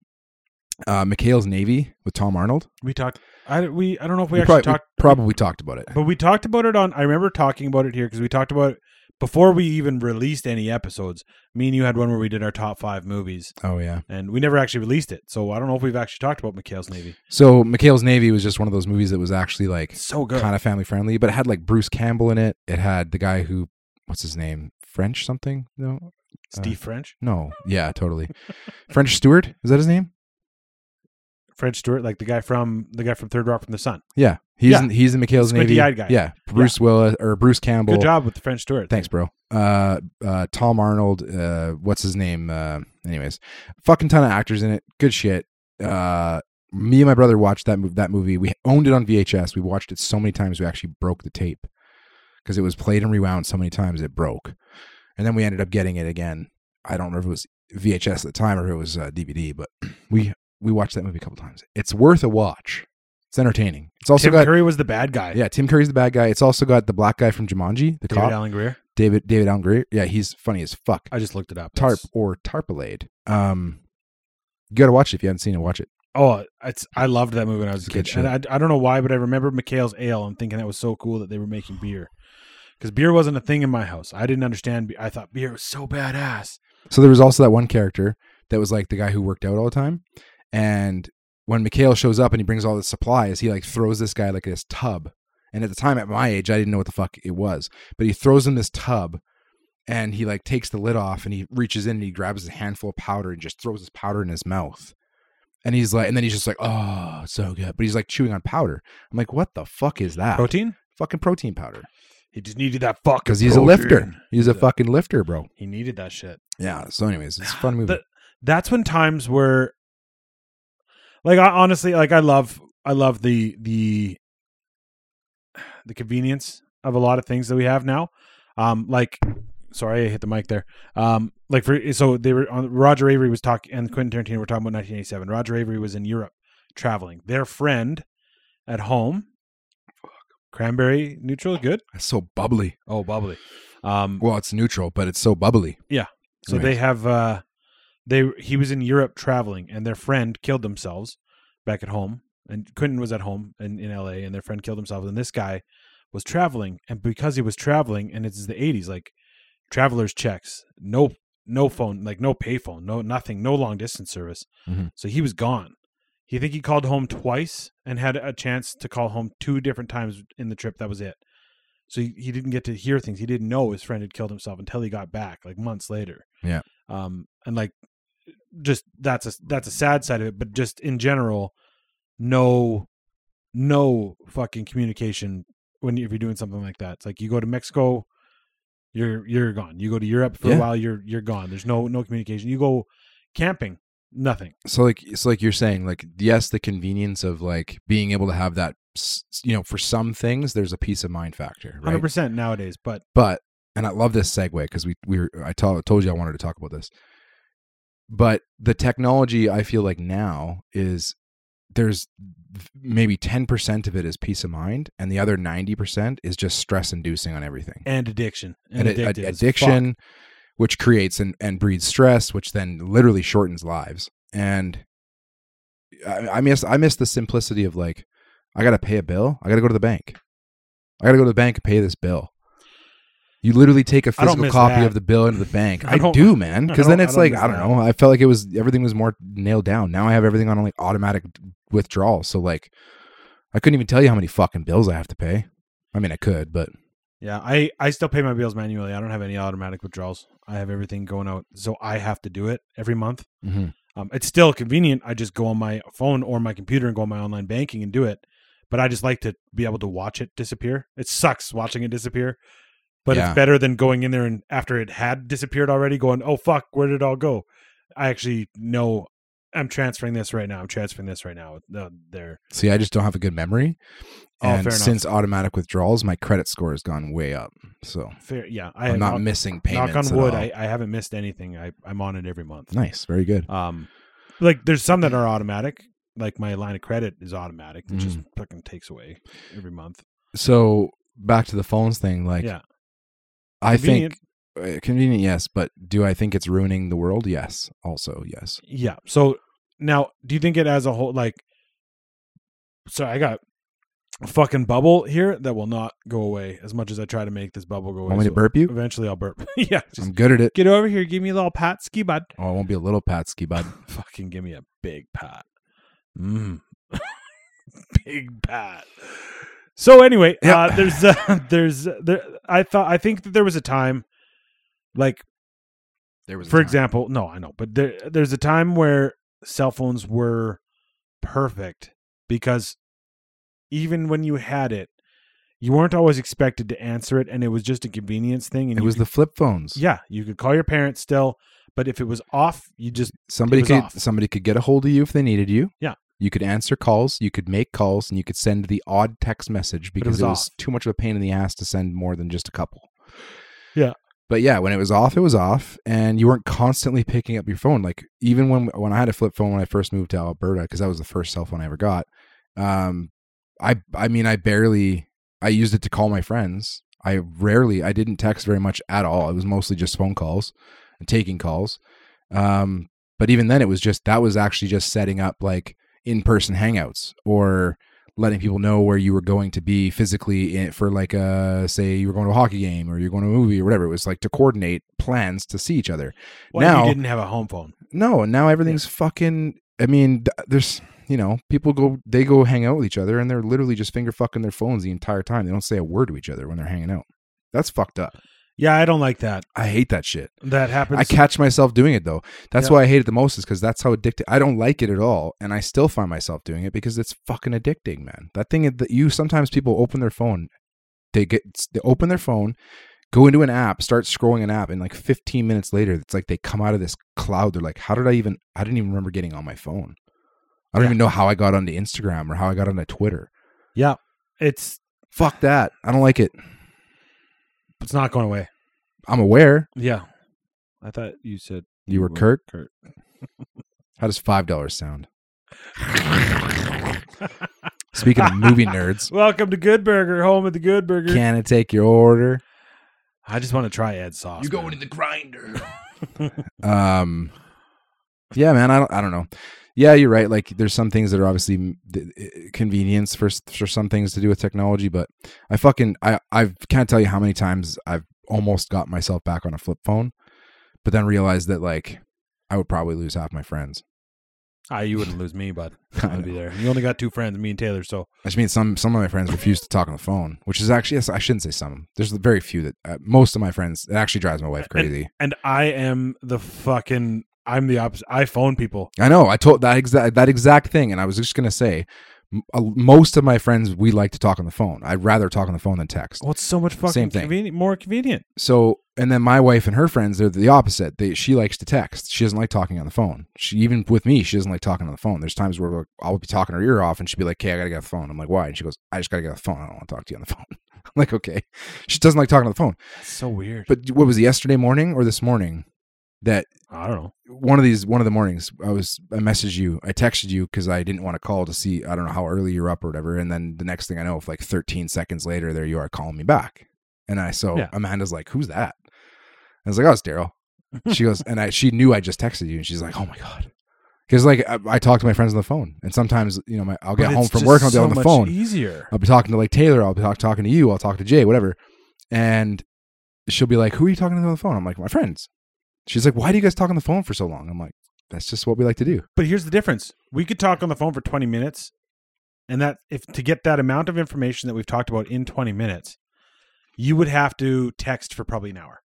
[SPEAKER 1] Uh, McHale's Navy with Tom Arnold.
[SPEAKER 2] we talked. I we I don't know if we,
[SPEAKER 1] We
[SPEAKER 2] actually
[SPEAKER 1] probably- we
[SPEAKER 2] talked,
[SPEAKER 1] Probably talked about it.
[SPEAKER 2] but we talked about it on. I remember talking about it here because we talked about it before we even released any episodes, me and you had one where we did our top five movies,
[SPEAKER 1] Oh yeah.
[SPEAKER 2] and we never actually released it. So I don't know if we've actually talked about Mikhail's Navy.
[SPEAKER 1] So Mikhail's Navy was just one of those movies that was actually like
[SPEAKER 2] It's so good.
[SPEAKER 1] kind of family friendly, but it had like Bruce Campbell in it. It had the guy who what's his name? French something? No.
[SPEAKER 2] Steve French,
[SPEAKER 1] No. Yeah, totally. French Stewart? Is that his name?
[SPEAKER 2] French Stewart, like the guy from the guy from Third Rock from the Sun.
[SPEAKER 1] Yeah. He's
[SPEAKER 2] Yeah.
[SPEAKER 1] in, he's in Mikhail's Navy.
[SPEAKER 2] Squinty-eyed guy.
[SPEAKER 1] Yeah. Bruce Willis or Bruce Campbell.
[SPEAKER 2] Good job with the French Stewart.
[SPEAKER 1] Thanks, bro. Uh, uh, Tom Arnold. Uh, what's his name? Uh, anyways, fucking ton of actors in it. Good shit. Uh, me and my brother watched that mov- that movie. We owned it on VHS. We watched it so many times we actually broke the tape because it was played and rewound so many times it broke. And then we ended up getting it again. I don't remember if it was VHS at the time or if it was uh, DVD, but we we watched that movie a couple times. It's worth a watch. It's entertaining. It's also
[SPEAKER 2] Tim
[SPEAKER 1] got
[SPEAKER 2] Curry was the bad guy.
[SPEAKER 1] yeah, Tim Curry's the bad guy. It's also got the black guy from Jumanji, the
[SPEAKER 2] David
[SPEAKER 1] cop.
[SPEAKER 2] Alan Greer.
[SPEAKER 1] David David Allen Greer. Yeah, he's funny as fuck.
[SPEAKER 2] I just looked it up.
[SPEAKER 1] Tarp
[SPEAKER 2] That's-
[SPEAKER 1] or Tarpalade. Um, you gotta watch it if you haven't seen it. Watch it.
[SPEAKER 2] Oh, it's I loved that movie when I was a
[SPEAKER 1] It's good
[SPEAKER 2] kid, and I, I don't know why, but I remember McHale's Ale. I'm thinking that was so cool that they were making beer, because beer wasn't a thing in my house. I didn't understand. be- I thought beer was so badass.
[SPEAKER 1] So there was also that one character that was like the guy who worked out all the time, and when Mikhail shows up and he brings all the supplies, he like throws this guy like this tub. And at the time, at my age, I didn't know what the fuck it was, but he throws him this tub, and he like takes the lid off and he reaches in and he grabs a handful of powder and just throws his powder in his mouth. And he's like, and then he's just like, oh, so good. But he's like chewing on powder. I'm like, what the fuck is that?
[SPEAKER 2] Protein.
[SPEAKER 1] Fucking protein powder.
[SPEAKER 2] He just needed that fuck
[SPEAKER 1] Because he's a lifter. He's a fucking lifter, bro.
[SPEAKER 2] He needed that shit.
[SPEAKER 1] Yeah. So, anyways, it's a fun movie.
[SPEAKER 2] The- That's when times were, like, I honestly, like, I love, I love the the the convenience of a lot of things that we have now. Um, like, sorry, I hit the mic there. Um, like for so they were on Roger Avery was talking and Quentin Tarantino were talking about 1987. Roger Avery was in Europe traveling. Their friend at home, cranberry neutral, good.
[SPEAKER 1] It's so bubbly.
[SPEAKER 2] Oh, bubbly. Um,
[SPEAKER 1] Well, it's neutral, but it's so bubbly.
[SPEAKER 2] So they have uh they he was in Europe traveling and their friend killed themselves back at home and Quentin was at home in, in LA and their friend killed himself and this guy was traveling and because he was traveling and it's the 80s like travelers checks no no phone like no payphone no nothing no long distance service
[SPEAKER 1] Mhm.
[SPEAKER 2] so he was gone he think he called home twice and had a chance to call home two different times in the trip that was it so he, he didn't get to hear things he didn't know his friend had killed himself until he got back like months later
[SPEAKER 1] Yeah.
[SPEAKER 2] um and like just that's a that's a sad side of it but just in general no no fucking communication when you, if you're doing something like that it's like you go to mexico you're you're gone you go to europe for
[SPEAKER 1] Yeah.
[SPEAKER 2] a while you're you're gone there's no no communication you go camping nothing
[SPEAKER 1] So like it's like you're saying like yes, the convenience of like being able to have that s- you know for some things there's a peace of mind factor, right?
[SPEAKER 2] 100% nowadays but
[SPEAKER 1] But and I love this segue because we we were, I told told you I wanted to talk about this. But the technology I feel like now is there's maybe 10% of it is peace of mind and the other 90% is just stress inducing on everything.
[SPEAKER 2] and addiction
[SPEAKER 1] and
[SPEAKER 2] and,
[SPEAKER 1] it-
[SPEAKER 2] addicted
[SPEAKER 1] ad-
[SPEAKER 2] as fuck.
[SPEAKER 1] addiction, which creates and, and breeds stress, which then literally shortens lives. And I, I miss I miss the simplicity of like, I gotta pay a bill. I gotta go to the bank. I gotta go to the bank and pay this bill. You literally take a
[SPEAKER 2] I don't
[SPEAKER 1] physical
[SPEAKER 2] miss
[SPEAKER 1] copy
[SPEAKER 2] that.
[SPEAKER 1] of the bill into the bank.
[SPEAKER 2] I
[SPEAKER 1] I,
[SPEAKER 2] don't-
[SPEAKER 1] do, man,
[SPEAKER 2] I
[SPEAKER 1] because then
[SPEAKER 2] don't-
[SPEAKER 1] it's
[SPEAKER 2] I
[SPEAKER 1] like
[SPEAKER 2] don't miss
[SPEAKER 1] I don't
[SPEAKER 2] that.
[SPEAKER 1] know. I felt like it was everything was more nailed down. Now I have everything on like automatic withdrawal. So like, I couldn't even tell you how many fucking bills I have to pay. I mean, I could, but
[SPEAKER 2] Yeah, I I still pay my bills manually. I don't have any automatic withdrawals. I have everything going out, so I have to do it every month.
[SPEAKER 1] mhm.
[SPEAKER 2] Um, it's still convenient. I just go on my phone or my computer and go on my online banking and do it. But I just like to be able to watch it disappear. It sucks watching it disappear, but
[SPEAKER 1] Yeah.
[SPEAKER 2] it's better than going in there and after it had disappeared already, going, "Oh fuck, where did it all go?" I actually know I'm transferring this right now. I'm transferring this right now. Uh, there,
[SPEAKER 1] See, I just don't have a good memory.
[SPEAKER 2] Oh,
[SPEAKER 1] And
[SPEAKER 2] fair enough.
[SPEAKER 1] since automatic withdrawals, my credit score has gone way up. So
[SPEAKER 2] fair. Yeah, I
[SPEAKER 1] I am
[SPEAKER 2] have
[SPEAKER 1] not
[SPEAKER 2] knock-
[SPEAKER 1] missing payments.
[SPEAKER 2] knock on
[SPEAKER 1] at
[SPEAKER 2] wood.
[SPEAKER 1] all.
[SPEAKER 2] I, I haven't missed anything. I I'm on it every month.
[SPEAKER 1] nice. Very good.
[SPEAKER 2] Um, like there's some that are automatic. Like my line of credit is automatic. It
[SPEAKER 1] Mm.
[SPEAKER 2] just fucking takes away every month.
[SPEAKER 1] So back to the phones thing. Like,
[SPEAKER 2] yeah,
[SPEAKER 1] I
[SPEAKER 2] Convenient.
[SPEAKER 1] think uh, convenient, yes. But do I think it's ruining the world? Yes. Also, yes.
[SPEAKER 2] yeah. So now, do you think it as a whole? Like, so I got fucking bubble here that will not go away as much as I try to make this bubble go away.
[SPEAKER 1] Want me to
[SPEAKER 2] So
[SPEAKER 1] burp you?
[SPEAKER 2] Eventually I'll burp. yeah. Just
[SPEAKER 1] I'm good at it.
[SPEAKER 2] get over here. Give me a little pat ski bud.
[SPEAKER 1] Oh, I won't be a little patsky, bud.
[SPEAKER 2] Fucking give me a big pat. Mmm. big pat. So anyway, uh,
[SPEAKER 1] Yeah.
[SPEAKER 2] there's uh, there's uh, there. I thought I think that there was a time, like
[SPEAKER 1] There was, a
[SPEAKER 2] for
[SPEAKER 1] time.
[SPEAKER 2] example, no, I know, but there there's a time where cell phones were perfect because even when you had it, you weren't always expected to answer it, and it was just a convenience thing. And
[SPEAKER 1] It
[SPEAKER 2] you
[SPEAKER 1] was
[SPEAKER 2] could-
[SPEAKER 1] the flip phones.
[SPEAKER 2] yeah, you could call your parents still, but if it was off, you just it
[SPEAKER 1] Somebody
[SPEAKER 2] was
[SPEAKER 1] could
[SPEAKER 2] off.
[SPEAKER 1] somebody could get a hold of you if they needed you.
[SPEAKER 2] Yeah.
[SPEAKER 1] You could answer calls, you could make calls, and you could send the odd text message because
[SPEAKER 2] was
[SPEAKER 1] it was
[SPEAKER 2] off.
[SPEAKER 1] too much of a pain in the ass to send more than just a couple.
[SPEAKER 2] Yeah.
[SPEAKER 1] But yeah, when it was off, it was off, and you weren't constantly picking up your phone. Like even when when I had a flip phone when I first moved to Alberta, because that was the first cell phone I ever got. Um, I I mean I barely I used it to call my friends. I rarely I didn't text very much at all. It was mostly just phone calls and taking calls. Um, but even then, it was just that was actually just setting up like in person hangouts or letting people know where you were going to be physically in, for like a say you were going to a hockey game or you're going to a movie or whatever. It was like to coordinate plans to see each other.
[SPEAKER 2] well,
[SPEAKER 1] Now-
[SPEAKER 2] you didn't have a home phone.
[SPEAKER 1] No, and now everything's fucking. I mean, th- there's you know people go they go hang out with each other and they're literally just finger fucking their phones the entire time. They don't say a word to each other when they're hanging out. That's fucked up.
[SPEAKER 2] Yeah, I don't like that.
[SPEAKER 1] I hate that shit.
[SPEAKER 2] That happens.
[SPEAKER 1] I catch myself doing it though. That's
[SPEAKER 2] Yeah.
[SPEAKER 1] why I hate it the most is because that's how addictive. I don't like it at all, and I still find myself doing it because it's fucking addicting, man. That thing that you sometimes people open their phone, they get they open their phone, go into an app, start scrolling an app, and like 15 minutes later, it's like they come out of this cloud. They're like, "How did I even? I didn't even remember getting on my phone. I don't
[SPEAKER 2] Yeah.
[SPEAKER 1] even know how I got onto Instagram or how I got onto Twitter.
[SPEAKER 2] Yeah, it's
[SPEAKER 1] Fuck that. I don't like it.
[SPEAKER 2] it's not going away.
[SPEAKER 1] I'm aware.
[SPEAKER 2] Yeah, I thought you said
[SPEAKER 1] You were Kirk.
[SPEAKER 2] Kurt.
[SPEAKER 1] How does five dollars sound? Speaking of movie nerds,
[SPEAKER 2] Welcome to Good Burger, home of the Good Burger.
[SPEAKER 1] can I take your order?
[SPEAKER 2] I just want to try Ed sauce. man.
[SPEAKER 1] the grinder. um, yeah, man. I don't. I don't know. Yeah, you're right. Like, there's some things that are obviously mm, th- eh, convenience for s- for some things to do with technology, but I fucking I I can't tell you how many times I've almost got myself back on a flip phone, but then realized that like I would probably lose half my friends.
[SPEAKER 2] Ah, you wouldn't lose me, but
[SPEAKER 1] I
[SPEAKER 2] I'd be there. You only got two friends, me and Taylor. So
[SPEAKER 1] I just mean some some of my friends refuse to talk on the phone, which is actually yes, I shouldn't say some. There's very few that uh, most of my friends. It actually drives my wife crazy.
[SPEAKER 2] and I am the fucking. I'm the opposite. I phone people.
[SPEAKER 1] I know. I told that exact that exact thing, and I was just gonna say, m- uh, most of my friends we like to talk on the phone. I'd rather talk on the phone than text.
[SPEAKER 2] Well, it's so much fucking
[SPEAKER 1] Same thing.
[SPEAKER 2] convenient, more convenient.
[SPEAKER 1] So, and then my wife and her friends, they're the opposite. They she likes to text. She doesn't like talking on the phone. She even with me, she doesn't like talking on the phone. There's times where like, I'll be talking her ear off, and she'd be like, "Okay, I gotta get off the phone." I'm like, "Why?" And she goes, "I just gotta get off the phone. I don't want to talk to you on the phone." I'm like, "Okay." She doesn't like talking on the phone.
[SPEAKER 2] That's so weird.
[SPEAKER 1] but what was it, yesterday morning or this morning that
[SPEAKER 2] I don't know.
[SPEAKER 1] one of these one of the mornings i was i messaged you i texted you because i didn't want to call to see i don't know how early you're up or whatever and then the next thing i know if like 13 seconds later there you are calling me back and i so
[SPEAKER 2] Yeah.
[SPEAKER 1] amanda's like who's that i was like oh it's daryl she goes and i she knew i just texted you and she's like oh my god because like I, I talk to my friends on the phone and sometimes you know my, i'll get
[SPEAKER 2] But
[SPEAKER 1] home
[SPEAKER 2] it's
[SPEAKER 1] from
[SPEAKER 2] just
[SPEAKER 1] work and i'll be
[SPEAKER 2] so
[SPEAKER 1] on the
[SPEAKER 2] much
[SPEAKER 1] phone
[SPEAKER 2] Easier.
[SPEAKER 1] I'll be talking to like Taylor. I'll be talk, talking to you. I'll talk to Jay, whatever. And she'll be like, "Who are you talking to on the phone?" I'm like, "My friends." She's like, "Why do you guys talk on the phone for so long?" I'm like, "That's just what we like to do."
[SPEAKER 2] But here's the difference: we could talk on the phone for 20 minutes, and that if to get that amount of information that we've talked about in 20 minutes, you would have to text for probably an hour.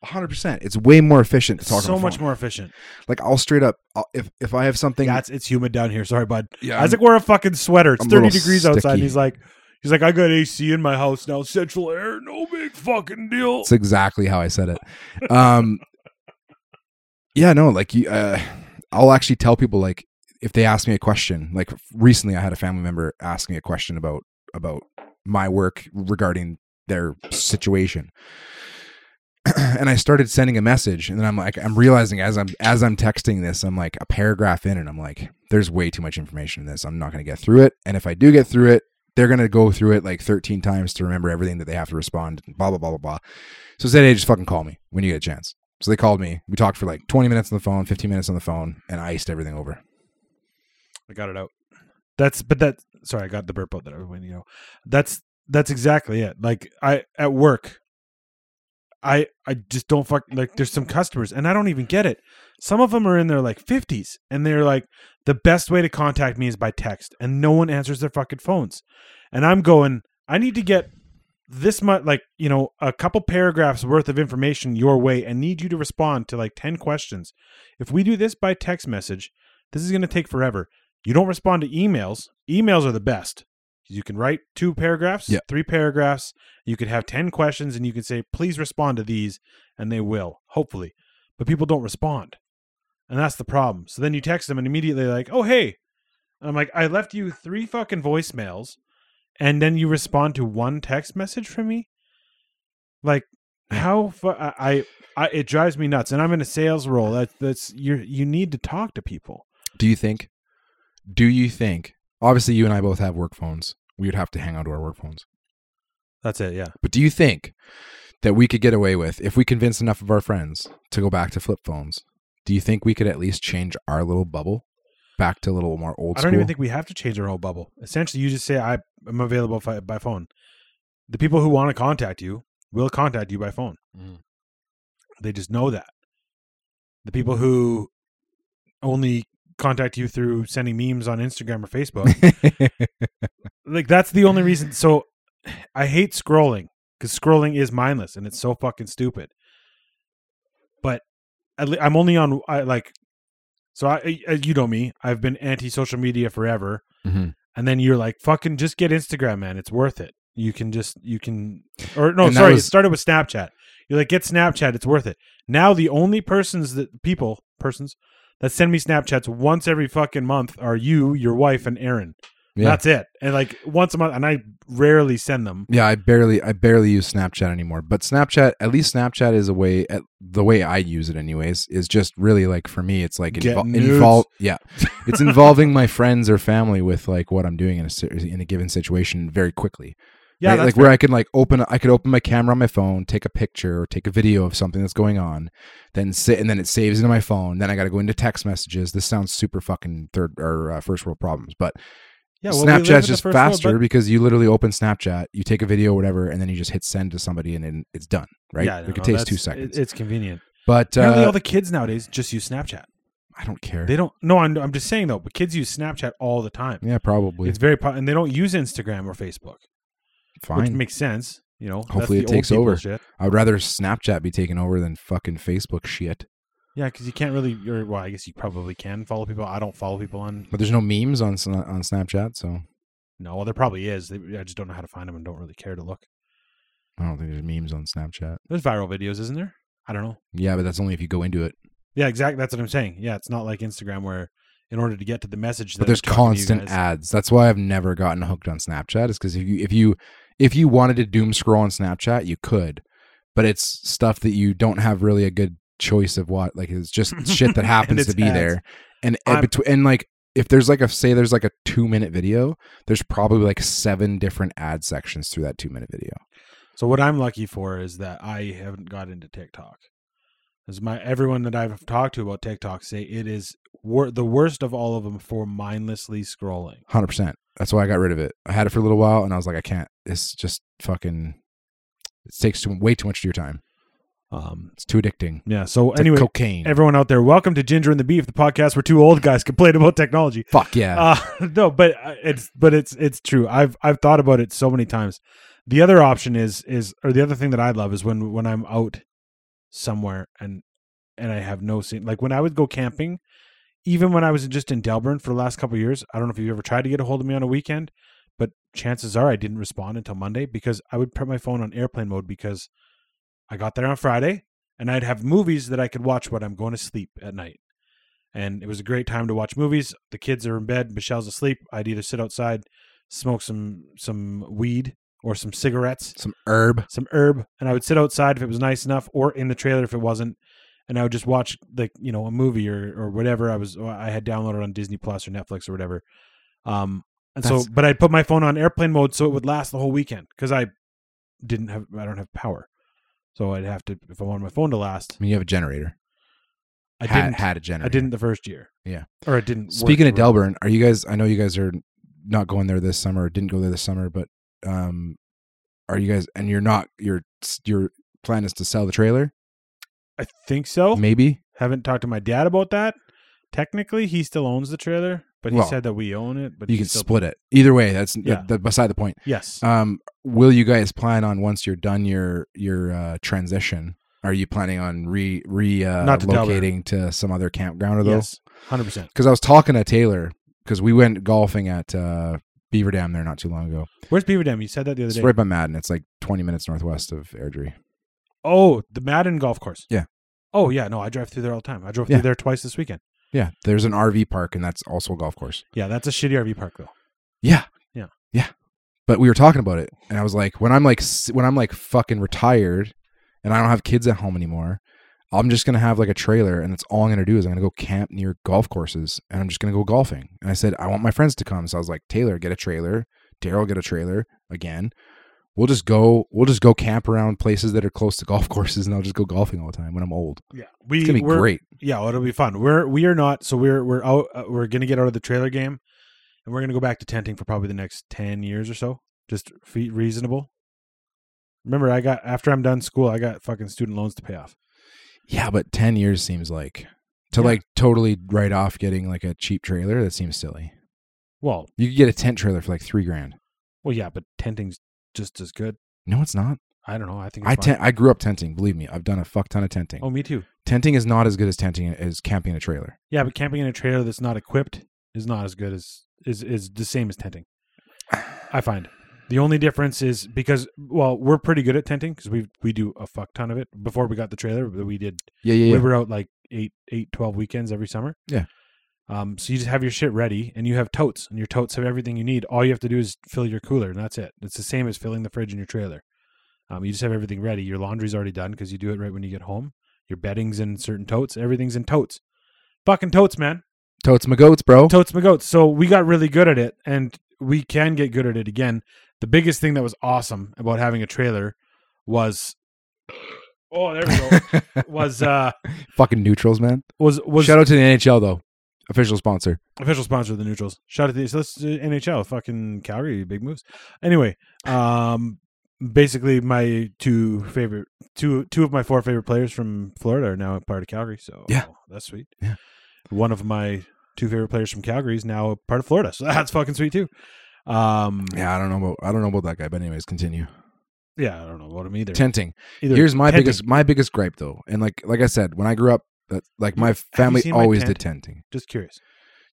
[SPEAKER 1] 100. percent It's way more efficient to talk.
[SPEAKER 2] so
[SPEAKER 1] on the
[SPEAKER 2] much
[SPEAKER 1] phone.
[SPEAKER 2] more efficient.
[SPEAKER 1] Like I'll straight up I'll, if if I have something.
[SPEAKER 2] That's it's humid down here. Sorry, bud.
[SPEAKER 1] yeah,
[SPEAKER 2] Isaac wore a fucking sweater. It's
[SPEAKER 1] I'm a
[SPEAKER 2] 30
[SPEAKER 1] little
[SPEAKER 2] degrees outside. And
[SPEAKER 1] sticky.
[SPEAKER 2] he's like, he's like, I got AC in my house now. Central air, no big fucking deal.
[SPEAKER 1] That's exactly how I said it. Um, yeah, no, like you, uh, I'll actually tell people like if they ask me a question. Like recently, I had a family member ask me a question about about my work regarding their situation. and I started sending a message, and then I'm like, I'm realizing as I'm as I'm texting this, I'm like a paragraph in, and I'm like, there's way too much information in this. I'm not going to get through it, and if I do get through it, they're going to go through it like 13 times to remember everything that they have to respond. Blah blah blah blah blah. So today, just fucking call me when you get a chance. So they called me. We talked for like 20 minutes on the phone, 15 minutes on the phone, and I iced everything over.
[SPEAKER 2] I got it out. That's but that sorry, I got the burp out that I was waiting. You know, that's that's exactly it. Like I at work, I I just don't fuck like. There's some customers, and I don't even get it. Some of them are in their like 50s, and they're like, the best way to contact me is by text, and no one answers their fucking phones. And I'm going, I need to get this much, like you know, a couple paragraphs worth of information your way, and need you to respond to like 10 questions. If we do this by text message, this is going to take forever. You don't respond to emails. Emails are the best. You can write two paragraphs,
[SPEAKER 1] Yeah.
[SPEAKER 2] three paragraphs. You could have 10 questions and you can say, please respond to these, and they will, hopefully. But people don't respond. And that's the problem. So then you text them and immediately, like, oh, hey. And I'm like, I left you three fucking voicemails, and then you respond to one text message from me? Like, how fu- I, I, I it drives me nuts and i'm in a sales role that that's you you need to talk to people
[SPEAKER 1] Do you think? Do you think? Obviously, you and I both have work phones. We would have to hang on to our work phones.
[SPEAKER 2] that's it yeah
[SPEAKER 1] But do you think that we could get away with if we convinced enough of our friends to go back to flip phones? Do you think we could at least change our little bubble back to a little more old
[SPEAKER 2] i
[SPEAKER 1] school?
[SPEAKER 2] don't even think we have to change our whole bubble essentially you just say i am available fi- by phone the people who want to contact you will contact you by phone
[SPEAKER 1] Mhm.
[SPEAKER 2] they just know that the people who only contact you through sending memes on instagram or facebook like that's the only reason so i hate scrolling because scrolling is mindless and it's so fucking stupid but at le- i'm only on I, like so I, I- you know me i've been anti-social media forever
[SPEAKER 1] Mhm.
[SPEAKER 2] and then you're like fucking just get instagram man it's worth it you can just you can or no
[SPEAKER 1] And that
[SPEAKER 2] sorry it
[SPEAKER 1] was-
[SPEAKER 2] started with snapchat you're like get snapchat it's worth it now the only persons that people persons that send me snapchats once every fucking month are you your wife and aaron
[SPEAKER 1] Yeah.
[SPEAKER 2] that's it. And like once a month, and I rarely send them.
[SPEAKER 1] Yeah, I barely I barely use Snapchat anymore. But Snapchat, at least Snapchat is a way at the way I use it anyways, is just really like for me it's like
[SPEAKER 2] Get
[SPEAKER 1] invol-
[SPEAKER 2] nudes.
[SPEAKER 1] invol- yeah. It's involving my friends or family with like what I'm doing in a si- in a given situation very quickly.
[SPEAKER 2] Yeah,
[SPEAKER 1] Right?
[SPEAKER 2] that's
[SPEAKER 1] like where I can like open I could open my camera on my phone, take a picture or take a video of something that's going on, then sit and then it saves into my phone. Then I got to go into text messages. This sounds super fucking third or uh, first world problems, but
[SPEAKER 2] yeah.
[SPEAKER 1] Snapchat's just faster because you literally open Snapchat, you take a video, whatever, and then you just hit send to somebody, and then it's done. Right? like it takes two seconds.
[SPEAKER 2] it's convenient.
[SPEAKER 1] but
[SPEAKER 2] Apparently, all
[SPEAKER 1] uh,
[SPEAKER 2] the kids nowadays just use Snapchat.
[SPEAKER 1] I don't care.
[SPEAKER 2] They don't. No, I'm, I'm just saying though. But kids use Snapchat all the time.
[SPEAKER 1] Yeah, probably.
[SPEAKER 2] It's very po- and they don't use Instagram or Facebook, which
[SPEAKER 1] Fine.
[SPEAKER 2] makes sense. You know, that's
[SPEAKER 1] Hopefully
[SPEAKER 2] the
[SPEAKER 1] it
[SPEAKER 2] old
[SPEAKER 1] takes
[SPEAKER 2] people
[SPEAKER 1] over.
[SPEAKER 2] Shit.
[SPEAKER 1] I would rather Snapchat be taken over than fucking Facebook shit.
[SPEAKER 2] Yeah, because you can't really. You're, well, I guess you probably can follow people. I don't follow people on.
[SPEAKER 1] But there's no memes on Sna- on Snapchat, so
[SPEAKER 2] No, well, there probably is. They- I just don't know how to find them and don't really care to look.
[SPEAKER 1] I don't think there's memes on Snapchat.
[SPEAKER 2] There's viral videos, isn't there? I don't know.
[SPEAKER 1] Yeah, but that's only if you go into it.
[SPEAKER 2] Yeah, exactly. That's what I'm saying. Yeah, it's not like Instagram where in order to get to the message, that
[SPEAKER 1] But there's
[SPEAKER 2] I'm talking to you
[SPEAKER 1] constant
[SPEAKER 2] guys-
[SPEAKER 1] ads. That's why I've never gotten hooked on Snapchat. Is because if you if you if you wanted to doom scroll on Snapchat, you could, but it's stuff that you don't have really a good choice of what. Like it's just shit that
[SPEAKER 2] And
[SPEAKER 1] happens to
[SPEAKER 2] it's
[SPEAKER 1] be
[SPEAKER 2] ads.
[SPEAKER 1] there, and
[SPEAKER 2] I'm-
[SPEAKER 1] between and like if there's like a say there's like a two minute video, there's probably like seven different ad sections through that two minute video.
[SPEAKER 2] So what I'm lucky for is that I haven't got into TikTok. As my everyone that I've talked to about TikTok say it is wor- the worst of all of them for mindlessly scrolling.
[SPEAKER 1] Hundred percent. That's why I got rid of it. I had it for a little while, and I was like, I can't. It's just fucking. It takes too, way too much of your time.
[SPEAKER 2] Um,
[SPEAKER 1] It's too addicting.
[SPEAKER 2] yeah. So
[SPEAKER 1] It's
[SPEAKER 2] anyway,
[SPEAKER 1] like cocaine.
[SPEAKER 2] everyone out there, welcome to Ginger and the Beef, the podcast where two old guys complain about technology.
[SPEAKER 1] Fuck yeah.
[SPEAKER 2] Uh, no, but uh, it's but it's it's true. I've I've thought about it so many times. The other option is is or the other thing that I love is when when I'm out somewhere and and I have no scene. Like when I would go camping, even when I was just in Delburn for the last couple of years. I don't know if you ever tried to get a hold of me on a weekend, but chances are I didn't respond until Monday because I would put my phone on airplane mode because I got there on Friday and I'd have movies that I could watch when I'm going to sleep at night. And it was a great time to watch movies. The kids are in bed, Michelle's asleep. I'd either sit outside, smoke some some weed or some cigarettes,
[SPEAKER 1] Some herb.
[SPEAKER 2] some herb, and I would sit outside if it was nice enough, or in the trailer if it wasn't, and I would just watch like you know a movie or or whatever I was I had downloaded on Disney Plus or Netflix or whatever. Um, and so,
[SPEAKER 1] That's-
[SPEAKER 2] but I'd put my phone on airplane mode so it would last the whole weekend because I didn't have I don't have power, so I'd have to if I wanted my phone to last.
[SPEAKER 1] I mean, you have a generator.
[SPEAKER 2] I
[SPEAKER 1] had,
[SPEAKER 2] didn't.
[SPEAKER 1] had a
[SPEAKER 2] I
[SPEAKER 1] generator.
[SPEAKER 2] didn't the first year.
[SPEAKER 1] Yeah.
[SPEAKER 2] or I didn't. work
[SPEAKER 1] Speaking of
[SPEAKER 2] for-
[SPEAKER 1] Delburn, are you guys? I know you guys are not going there this summer. Didn't go there this summer, but um, are you guys? And you're not. Your your plan is to sell the trailer,
[SPEAKER 2] I think so.
[SPEAKER 1] maybe.
[SPEAKER 2] Haven't talked to my dad about that. Technically, he still owns the trailer, but he
[SPEAKER 1] Well,
[SPEAKER 2] said that we own it. But
[SPEAKER 1] you
[SPEAKER 2] he
[SPEAKER 1] can
[SPEAKER 2] still,
[SPEAKER 1] split it. Either way, that's
[SPEAKER 2] Yeah.
[SPEAKER 1] that- beside the point.
[SPEAKER 2] Yes.
[SPEAKER 1] Um, will you guys plan on once you're done your your uh, transition? Are you planning on re re uh,
[SPEAKER 2] Not to Delaware.
[SPEAKER 1] locating to some other campground or though?
[SPEAKER 2] yes. Hundred percent.
[SPEAKER 1] Because I was talking to Taylor because we went golfing at uh, Beaver Dam there not too long ago.
[SPEAKER 2] Where's Beaver Dam? You said that the other
[SPEAKER 1] It's
[SPEAKER 2] day.
[SPEAKER 1] right by Madden. It's like 20 minutes northwest of Airdrie.
[SPEAKER 2] Oh, the Madden golf course.
[SPEAKER 1] Yeah.
[SPEAKER 2] Oh yeah, no, I drive through there all the time. I drove
[SPEAKER 1] Yeah.
[SPEAKER 2] through there twice this weekend.
[SPEAKER 1] Yeah, there's an RV park, and that's also a golf course.
[SPEAKER 2] Yeah, that's a shitty RV park though.
[SPEAKER 1] Yeah,
[SPEAKER 2] Yeah.
[SPEAKER 1] yeah. But we were talking about it, and I was like, when I'm like, s- when I'm like fucking retired, and I don't have kids at home anymore, I'm just gonna have like a trailer, and it's all I'm gonna do is I'm gonna go camp near golf courses, and I'm just gonna go golfing. And I said, I want my friends to come, so I was like, Taylor, get a trailer. Daryl, get a trailer again. We'll just go. We'll just go camp around places that are close to golf courses, and I'll just go golfing all the time when I'm old.
[SPEAKER 2] Yeah, we
[SPEAKER 1] It's gonna be
[SPEAKER 2] we're,
[SPEAKER 1] great.
[SPEAKER 2] Yeah, well, it'll be fun. We're we are not so we're we're out. Uh, we're gonna get out of the trailer game, and we're gonna go back to tenting for probably the next ten years or so. Just fe reasonable. Remember, I got after I'm done school, I got fucking student loans to pay off.
[SPEAKER 1] Yeah, but 10 years seems like to
[SPEAKER 2] Yeah.
[SPEAKER 1] like totally write off getting like a cheap trailer. That seems silly.
[SPEAKER 2] Well,
[SPEAKER 1] You could get a tent trailer for like three grand.
[SPEAKER 2] well, yeah, but tenting's just as good.
[SPEAKER 1] No, it's not.
[SPEAKER 2] I don't know. I think it's
[SPEAKER 1] I
[SPEAKER 2] fine.
[SPEAKER 1] tent. I grew up tenting. Believe me, I've done a fuck ton of tenting.
[SPEAKER 2] Oh, me too.
[SPEAKER 1] Tenting is not as good as tenting as camping in a trailer.
[SPEAKER 2] Yeah, but camping in a trailer that's not equipped is not as good as is is the same as tenting. I find the only difference is because well, we're pretty good at tenting because we we do a fuck ton of it. Before we got the trailer, we did
[SPEAKER 1] Yeah, yeah,
[SPEAKER 2] we
[SPEAKER 1] yeah.
[SPEAKER 2] were out like eight, eight, twelve weekends every summer.
[SPEAKER 1] Yeah.
[SPEAKER 2] Um, so you just have your shit ready and you have totes and your totes have everything you need. All you have to do is fill your cooler and that's it. It's the same as filling the fridge in your trailer. Um, you just have everything ready. Your laundry's already done because you do it right when you get home. Your bedding's in certain totes. Everything's in totes. Fucking totes, man.
[SPEAKER 1] Totes my goats, bro.
[SPEAKER 2] Totes my goats. So we got really good at it, and we can get good at it again. The biggest thing that was awesome about having a trailer was, oh, there we go. was uh
[SPEAKER 1] Fucking neutrals, man.
[SPEAKER 2] was was
[SPEAKER 1] Shout out to the NHL though, official sponsor.
[SPEAKER 2] official sponsor of the neutrals. Shout out to the so uh, let's do NHL, fucking Calgary, big moves. Anyway, um, basically my two favorite two two of my four favorite players from Florida are now a part of Calgary. So
[SPEAKER 1] Yeah.
[SPEAKER 2] that's sweet.
[SPEAKER 1] Yeah.
[SPEAKER 2] one of my two favorite players from Calgary is now a part of Florida. So that's fucking sweet too. Um, yeah,
[SPEAKER 1] Yeah, I don't know about I don't know about that guy, but anyways, continue.
[SPEAKER 2] I don't know about him either.
[SPEAKER 1] Tenting.
[SPEAKER 2] either
[SPEAKER 1] Here's my
[SPEAKER 2] Tenting.
[SPEAKER 1] biggest my biggest gripe though, and like like I said, when I grew up, uh, like my family
[SPEAKER 2] seen my
[SPEAKER 1] always
[SPEAKER 2] tent?
[SPEAKER 1] did tenting.
[SPEAKER 2] Just curious.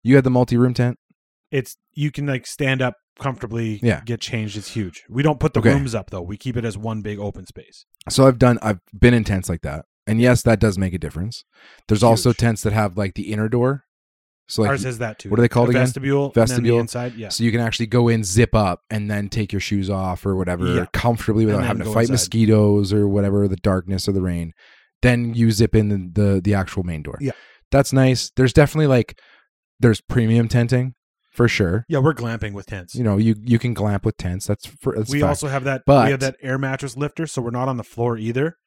[SPEAKER 1] You had the multi room tent.
[SPEAKER 2] It's you can like stand up comfortably.
[SPEAKER 1] Yeah.
[SPEAKER 2] get changed. It's huge. We don't put the
[SPEAKER 1] Okay.
[SPEAKER 2] rooms up though. We keep it as one big open space.
[SPEAKER 1] So I've done I've been in tents like that. And yes, that does make a difference. There's also
[SPEAKER 2] Huge.
[SPEAKER 1] tents that have like the inner door. So like
[SPEAKER 2] Ours has that too.
[SPEAKER 1] what are they called
[SPEAKER 2] A
[SPEAKER 1] again?
[SPEAKER 2] Vestibule. and then the
[SPEAKER 1] Vestibule.
[SPEAKER 2] inside. Yeah.
[SPEAKER 1] so you can actually go in, zip up, and then take your shoes off or whatever
[SPEAKER 2] Yeah.
[SPEAKER 1] comfortably without
[SPEAKER 2] then
[SPEAKER 1] having to
[SPEAKER 2] go
[SPEAKER 1] fight
[SPEAKER 2] inside.
[SPEAKER 1] mosquitoes or whatever, the darkness or the rain. Then you zip in the the, the actual main door.
[SPEAKER 2] Yeah.
[SPEAKER 1] That's nice. There's definitely like there's premium tenting for sure.
[SPEAKER 2] Yeah, we're glamping with tents.
[SPEAKER 1] You know, you you can glamp with tents. That's for that's
[SPEAKER 2] we
[SPEAKER 1] fine.
[SPEAKER 2] also have that.
[SPEAKER 1] But-
[SPEAKER 2] we have that air mattress lifter, so we're not on the floor either.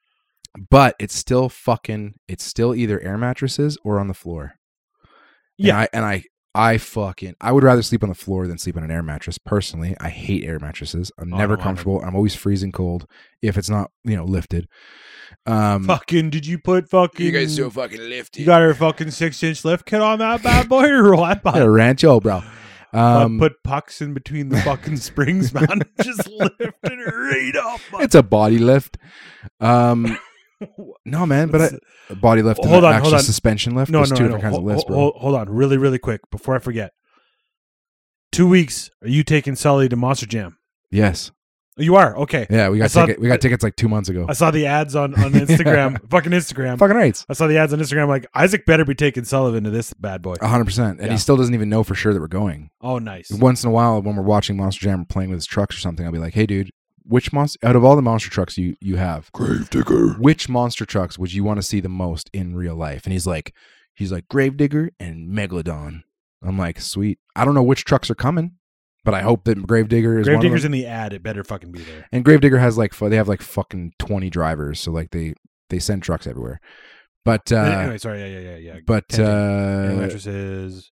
[SPEAKER 1] but it's still fucking it's still either air mattresses or on the floor. And
[SPEAKER 2] Yeah.
[SPEAKER 1] I and I I fucking I would rather sleep on the floor than sleep on an air mattress. Personally, I hate air mattresses. I'm
[SPEAKER 2] Oh,
[SPEAKER 1] never
[SPEAKER 2] no, I don't.
[SPEAKER 1] comfortable. I'm always freezing cold if it's not, you know, lifted. Um Mm.
[SPEAKER 2] Fucking, did you put fucking?
[SPEAKER 1] fucking lifted.
[SPEAKER 2] You got her fucking six inch lift kit on that bad boy, or what?
[SPEAKER 1] a rancho, bro. Um
[SPEAKER 2] put pucks in between the fucking springs, man. Just lifted it right up. bud.
[SPEAKER 1] it's a body lift. Um no man, but I, a body lift and
[SPEAKER 2] Hold
[SPEAKER 1] an
[SPEAKER 2] on,
[SPEAKER 1] actual
[SPEAKER 2] hold on.
[SPEAKER 1] suspension lift.
[SPEAKER 2] no,
[SPEAKER 1] There's
[SPEAKER 2] no,
[SPEAKER 1] two
[SPEAKER 2] no.
[SPEAKER 1] different kinds
[SPEAKER 2] Hold,
[SPEAKER 1] of lifts, bro.
[SPEAKER 2] hold, hold on, really, really quick before I forget. Two weeks. Are you taking Sully to Monster Jam?
[SPEAKER 1] Yes.
[SPEAKER 2] You are okay.
[SPEAKER 1] Yeah, we
[SPEAKER 2] I
[SPEAKER 1] got
[SPEAKER 2] saw-
[SPEAKER 1] ticket, we got tickets like 2 months ago.
[SPEAKER 2] I saw the ads on on Instagram, fucking Instagram.
[SPEAKER 1] Fucking right.
[SPEAKER 2] I saw the ads on Instagram. Like Isaac better be taking Sullivan to this bad boy.
[SPEAKER 1] A hundred percent, and
[SPEAKER 2] Yeah.
[SPEAKER 1] he still doesn't even know for sure that we're going.
[SPEAKER 2] Oh, nice.
[SPEAKER 1] Once in a while, when we're watching Monster Jam or playing with his trucks or something, I'll be like, "Hey, dude, which monster out of all the monster trucks you you have,
[SPEAKER 3] Gravedigger.
[SPEAKER 1] which monster trucks would you want to see the most in real life?" And he's like, "He's like Gravedigger and Megalodon." I'm like, "Sweet, I don't know which trucks are coming, but I hope that Gravedigger is one of
[SPEAKER 2] Gravedigger's
[SPEAKER 1] them." Uh,
[SPEAKER 2] in the ad. It better fucking be there.
[SPEAKER 1] and Gravedigger has like fu- they have like fucking twenty drivers, so like they they send trucks everywhere. But uh,
[SPEAKER 2] anyway, sorry. Yeah, yeah, yeah, yeah.
[SPEAKER 1] but
[SPEAKER 2] Tenting.
[SPEAKER 1] uh,
[SPEAKER 2] mattresses,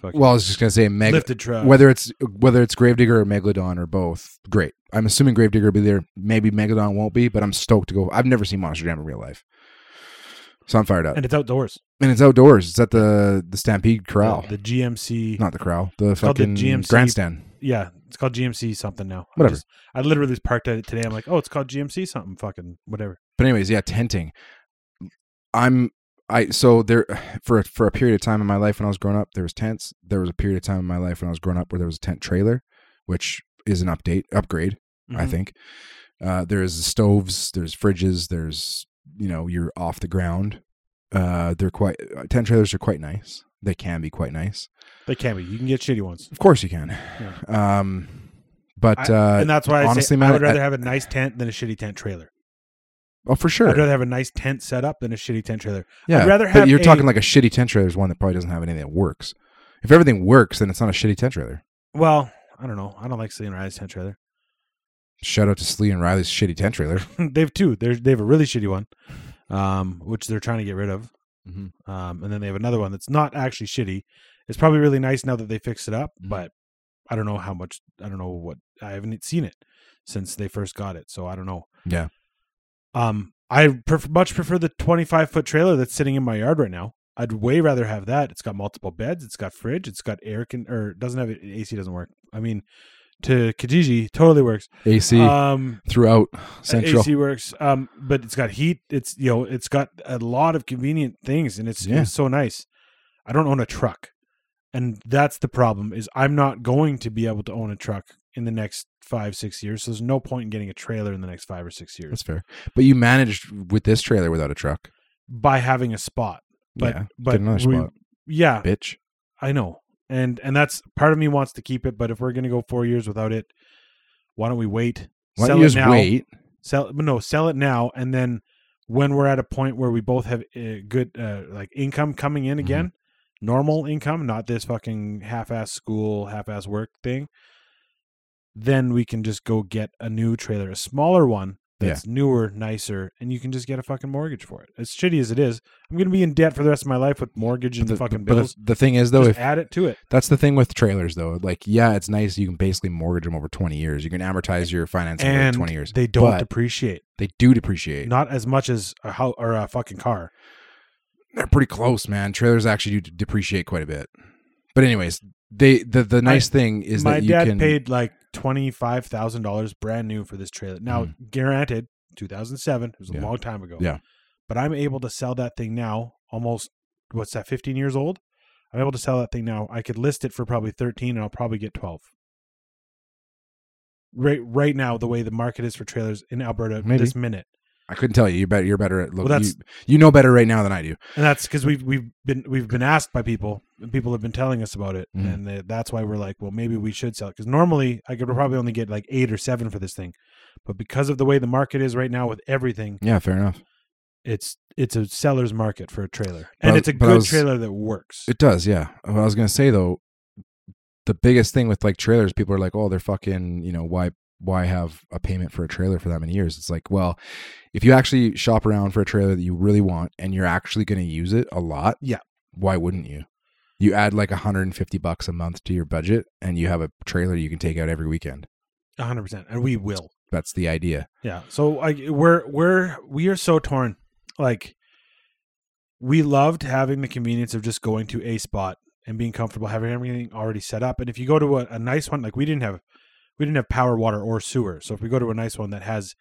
[SPEAKER 2] Fucking
[SPEAKER 1] Well, I was just gonna say Meg.
[SPEAKER 2] lifted truck.
[SPEAKER 1] Whether it's whether it's Gravedigger or Megalodon or both, great. I'm assuming Gravedigger will be there. Maybe Megalodon won't be, but I'm stoked to go. I've never seen Monster Jam in real life, so I'm fired up.
[SPEAKER 2] and it's outdoors.
[SPEAKER 1] And it's outdoors. It's at the the Stampede Corral,
[SPEAKER 2] The, the GMC.
[SPEAKER 1] not the corral, the
[SPEAKER 2] called the
[SPEAKER 1] fucking
[SPEAKER 2] GMC
[SPEAKER 1] grandstand.
[SPEAKER 2] Yeah, it's called GMC something now. I
[SPEAKER 1] Whatever.
[SPEAKER 2] just- I literally just parked at it today. I'm like, oh, it's called GMC something. Fucking whatever.
[SPEAKER 1] But anyways, yeah, tenting. I'm I so there for for a period of time in my life when I was growing up, there was tents. There was a period of time in my life when I was growing up where there was a tent trailer, which is an update upgrade, I
[SPEAKER 2] Mhm.
[SPEAKER 1] think. Uh, there's stoves, there's fridges, there's you know you're off the ground. Uh, they're quite tent trailers are quite nice. They can be quite nice.
[SPEAKER 2] they can be. You can get shitty ones,
[SPEAKER 1] Of course you can. Um, but uh,
[SPEAKER 2] and that's why I
[SPEAKER 1] honestly,
[SPEAKER 2] honestly,
[SPEAKER 1] man,
[SPEAKER 2] I would
[SPEAKER 1] I-
[SPEAKER 2] rather have a nice tent than a shitty tent trailer.
[SPEAKER 1] oh, for sure.
[SPEAKER 2] I'd rather have a nice tent set up than a shitty tent trailer.
[SPEAKER 1] Yeah,
[SPEAKER 2] rather
[SPEAKER 1] but
[SPEAKER 2] have
[SPEAKER 1] you're
[SPEAKER 2] a-
[SPEAKER 1] talking like a shitty tent trailer is one that probably doesn't have anything that works. If everything works, then it's not a shitty tent trailer.
[SPEAKER 2] Well, I don't know. I don't like seeing Riley's tent trailer.
[SPEAKER 1] Shout out to Slee and Riley's shitty tent trailer.
[SPEAKER 2] they've two. They're, they have a really shitty one, um, which they're trying to get rid of.
[SPEAKER 1] Mhm.
[SPEAKER 2] Um, and then they have another one that's not actually shitty. It's probably really nice now that they fixed it up,
[SPEAKER 1] Mhm.
[SPEAKER 2] but I don't know how much. I don't know what. I haven't e-, seen it since they first got it, so I don't know.
[SPEAKER 1] Yeah.
[SPEAKER 2] Um, I pref- much prefer the 25 foot trailer that's sitting in my yard right now. I'd way rather have that. It's got multiple beds. It's got fridge. It's got air con or it doesn't have it. AC doesn't work. I mean, to Kijiji totally works.
[SPEAKER 1] AC
[SPEAKER 2] Um,
[SPEAKER 1] throughout
[SPEAKER 2] uh,
[SPEAKER 1] Central.
[SPEAKER 2] AC works, um, but it's got heat. It's you know, it's got a lot of convenient things, and it's,
[SPEAKER 1] Yeah.
[SPEAKER 2] it's so nice. I don't own a truck, and that's the problem. Is I'm not going to be able to own a truck in the next five six years. So there's no point in getting a trailer in the next five or six years
[SPEAKER 1] That's fair. But you managed with this trailer without a truck.
[SPEAKER 2] by having a spot. But
[SPEAKER 1] yeah,
[SPEAKER 2] but
[SPEAKER 1] get another
[SPEAKER 2] we-
[SPEAKER 1] spot,
[SPEAKER 2] yeah,
[SPEAKER 1] bitch.
[SPEAKER 2] I know, and and that's part of me wants to keep it. But if we're gonna go four years without it, why don't we wait?
[SPEAKER 1] Why don't
[SPEAKER 2] Sell it
[SPEAKER 1] you just
[SPEAKER 2] now.
[SPEAKER 1] wait?
[SPEAKER 2] sell but no sell it now and then when we're at a point where we both have uh, good uh, like income coming in
[SPEAKER 1] Mhm.
[SPEAKER 2] again normal income not this fucking half-ass school half-ass work thing then we can just go get a new trailer a smaller one
[SPEAKER 1] Yeah.
[SPEAKER 2] that's newer nicer and you can just get a fucking mortgage for it as shitty as it is i'm gonna be in debt for the rest of my life with mortgage and
[SPEAKER 1] The-
[SPEAKER 2] fucking
[SPEAKER 1] but
[SPEAKER 2] bills
[SPEAKER 1] the, the thing is, though,
[SPEAKER 2] just
[SPEAKER 1] if
[SPEAKER 2] add it to it
[SPEAKER 1] that's the thing with trailers, though, like yeah, it's nice. You can basically mortgage them over twenty years. You can amortize your financing over
[SPEAKER 2] and
[SPEAKER 1] twenty years.
[SPEAKER 2] they don't
[SPEAKER 1] But
[SPEAKER 2] depreciate
[SPEAKER 1] they do depreciate.
[SPEAKER 2] not as much as a house or a fucking car
[SPEAKER 1] they're pretty close, man. Trailers actually do depreciate quite a bit. But anyways, they the the nice thing is
[SPEAKER 2] my
[SPEAKER 1] that you
[SPEAKER 2] dad
[SPEAKER 1] can
[SPEAKER 2] paid like twenty five thousand dollars brand new for this trailer. Now, granted, two thousand seven it was a
[SPEAKER 1] Mm. Yeah.
[SPEAKER 2] long time ago.
[SPEAKER 1] Yeah.
[SPEAKER 2] but I'm able to sell that thing now. Almost what's that? Fifteen years old. I'm able to sell that thing now. I could list it for probably thirteen, and I'll probably get twelve. Right, right now, the way the market is for trailers in Alberta
[SPEAKER 1] Maybe.
[SPEAKER 2] this minute,
[SPEAKER 1] I couldn't tell you. You're better. You're better at look.
[SPEAKER 2] Well, that's-
[SPEAKER 1] you, you know better right now than I do.
[SPEAKER 2] and that's because we've we've been we've been asked by people, and people have been telling us about it,
[SPEAKER 1] Mhm.
[SPEAKER 2] and they, that's why we're like, well, maybe we should sell it because normally I could probably only get like eight or seven for this thing, but because of the way the market is right now with everything,
[SPEAKER 1] Yeah, fair enough.
[SPEAKER 2] it's it's a seller's market for a trailer, and
[SPEAKER 1] But-
[SPEAKER 2] it's a
[SPEAKER 1] but I
[SPEAKER 2] good
[SPEAKER 1] was-
[SPEAKER 2] trailer that works.
[SPEAKER 1] It does. Yeah. What I was gonna say though, the biggest thing with like trailers, people are like, oh, they're fucking. You know why? Why have a payment for a trailer for that many years? It's like, well, if you actually shop around for a trailer that you really want and you're actually going to use it a lot,
[SPEAKER 2] Yeah.
[SPEAKER 1] why wouldn't you? You add like 150 bucks a month to your budget, and you have a trailer you can take out every weekend.
[SPEAKER 2] One hundred percent, and we will.
[SPEAKER 1] That's the idea.
[SPEAKER 2] Yeah. So I we're we're we are so torn. Like we loved having the convenience of just going to a spot and being comfortable, having everything already set up. And if you go to a, a nice one, like we didn't have we didn't have power, water, or sewer. So if we go to a nice one that has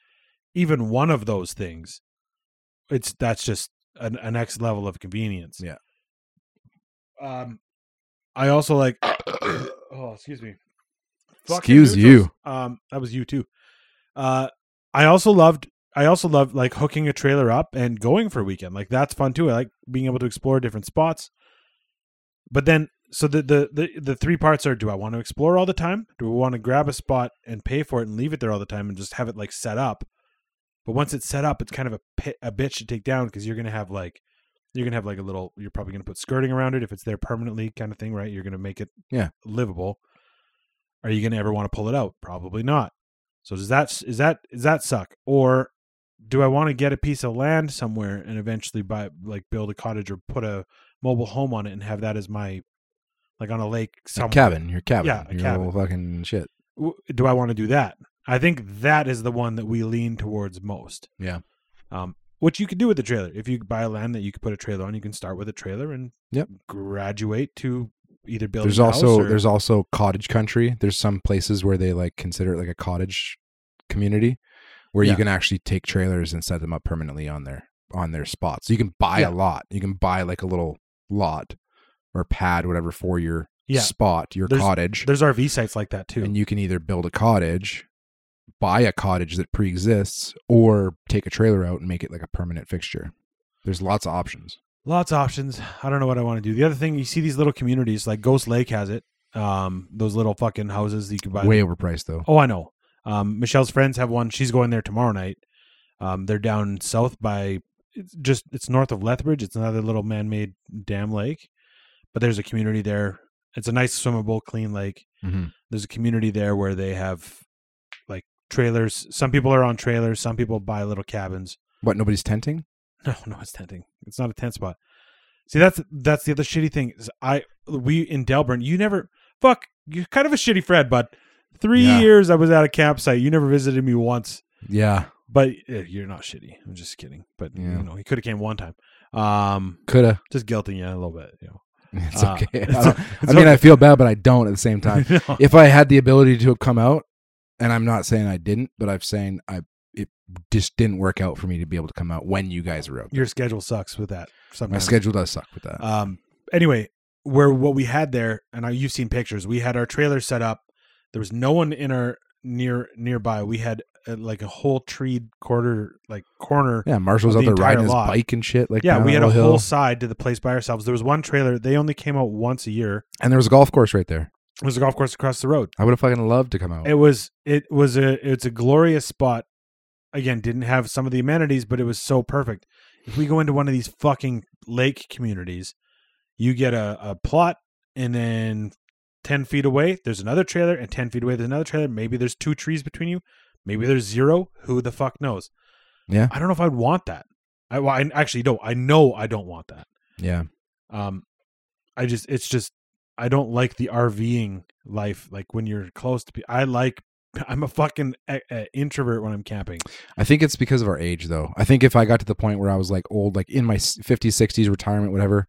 [SPEAKER 2] even one of those things, it's that's just an, a next level of convenience.
[SPEAKER 1] Yeah.
[SPEAKER 2] Um I also like oh excuse me. Fucking
[SPEAKER 1] Excuse
[SPEAKER 2] neutrals. Um that was you too. Uh, I also loved. I also love like hooking a trailer up and going for a weekend. Like that's fun too. I like being able to explore different spots. But then, so the the the, the three parts are: Do I want to explore all the time? Do I want to grab a spot and pay for it and leave it there all the time and just have it like set up? But once it's set up, it's kind of a pit, a bitch to take down because you're gonna have like you're gonna have like a little. You're probably gonna put skirting around it if it's there permanently, kind of thing, right? You're gonna make it
[SPEAKER 1] Yeah.
[SPEAKER 2] livable. Are you gonna ever want to pull it out? Probably not. So does that is that is that suck or do I want to get a piece of land somewhere and eventually buy like build a cottage or put a mobile home on it and have that as my like on a lake somewhere.
[SPEAKER 1] cabin, your cabin,
[SPEAKER 2] Yeah, a
[SPEAKER 1] your
[SPEAKER 2] cabin.
[SPEAKER 1] little fucking shit.
[SPEAKER 2] W- Do I want to do that? I think that is the one that we lean towards most.
[SPEAKER 1] Yeah.
[SPEAKER 2] Um, which you could do with the trailer. If you buy land that you could put a trailer on, you can start with a trailer and
[SPEAKER 1] Yep.
[SPEAKER 2] graduate to either build.
[SPEAKER 1] There's
[SPEAKER 2] a house
[SPEAKER 1] also
[SPEAKER 2] or-
[SPEAKER 1] there's also cottage country. There's some places where they like consider it like a cottage community where
[SPEAKER 2] Yeah.
[SPEAKER 1] you can actually take trailers and set them up permanently on their on their spots. So you can buy
[SPEAKER 2] Yeah.
[SPEAKER 1] a lot. You can buy like a little lot or pad whatever for your
[SPEAKER 2] yeah.
[SPEAKER 1] spot, your
[SPEAKER 2] There's-
[SPEAKER 1] cottage.
[SPEAKER 2] There's RV sites like that too.
[SPEAKER 1] and you can either build a cottage, buy a cottage that pre-exists, or take a trailer out and make it like a permanent fixture. There's lots of options.
[SPEAKER 2] lots of options. I don't know what I want to do. The other thing you see these little communities like Ghost Lake has it. Um, those little fucking houses that you can buy.
[SPEAKER 1] Way overpriced though.
[SPEAKER 2] Oh, I know. Um, Michelle's friends have one. She's going there tomorrow night. Um, they're down south by it's just it's north of Lethbridge. It's another little man-made dam lake, but there's a community there. It's a nice swimmable, clean lake.
[SPEAKER 1] Mhm.
[SPEAKER 2] There's a community there where they have like trailers. Some people are on trailers. Some people buy little cabins.
[SPEAKER 1] What? Nobody's tenting?
[SPEAKER 2] No, no, it's tenting. It's not a tent spot. See, that's that's the other shitty thing. Is I we in Delburn, you never fuck. You're kind of a shitty Fred, but three
[SPEAKER 1] Yeah.
[SPEAKER 2] years I was at a campsite. You never visited me once.
[SPEAKER 1] Yeah,
[SPEAKER 2] But eh, you're not shitty. I'm just kidding. But
[SPEAKER 1] Yeah.
[SPEAKER 2] you know, he could have came one time. Um,
[SPEAKER 1] coulda.
[SPEAKER 2] just guilting you a little bit. You know,
[SPEAKER 1] It's
[SPEAKER 2] Uh,
[SPEAKER 1] okay. I,
[SPEAKER 2] it's-
[SPEAKER 1] don't-
[SPEAKER 2] it's
[SPEAKER 1] I mean,
[SPEAKER 2] okay.
[SPEAKER 1] I feel bad, but I don't at the same time.
[SPEAKER 2] No.
[SPEAKER 1] if I had the ability to have come out, and I'm not saying I didn't, but I'm saying I it just didn't work out for me to be able to come out when you guys were out.
[SPEAKER 2] your schedule sucks with that.
[SPEAKER 1] My
[SPEAKER 2] Sometimes
[SPEAKER 1] schedule does suck with that.
[SPEAKER 2] Um, anyway, where what we had there, and I, you've seen pictures. We had our trailer set up. There was no one in our near nearby. We had uh, like a whole tree quarter, like corner.
[SPEAKER 1] yeah, Marshall's
[SPEAKER 2] the
[SPEAKER 1] out there
[SPEAKER 2] entire
[SPEAKER 1] riding his
[SPEAKER 2] lot.
[SPEAKER 1] bike and shit. Like
[SPEAKER 2] Yeah,
[SPEAKER 1] down
[SPEAKER 2] we had a
[SPEAKER 1] Owl hill.
[SPEAKER 2] whole side to the place by ourselves. There was one trailer. They only came out once a year.
[SPEAKER 1] and there was a golf course right there.
[SPEAKER 2] It was a golf course across the road.
[SPEAKER 1] I would have fucking loved to come out.
[SPEAKER 2] It was it was a it's a glorious spot. Again, didn't have some of the amenities, but it was so perfect. If we go into one of these fucking lake communities, you get a, a plot and then ten feet away there's another trailer and ten feet away there's another trailer. Maybe there's two trees between you. Maybe there's zero. Who the fuck knows?
[SPEAKER 1] Yeah.
[SPEAKER 2] I don't know if I'd want that. I, well, I actually don't. I know I don't want that.
[SPEAKER 1] yeah,
[SPEAKER 2] Um, I just it's just I don't like the RVing life. Like when you're close to, pe- I like I'm a fucking uh uh introvert when I'm camping.
[SPEAKER 1] I think it's because of our age, though. I think if I got to the point where I was like old, like in my s- 50s, 60s, retirement, whatever,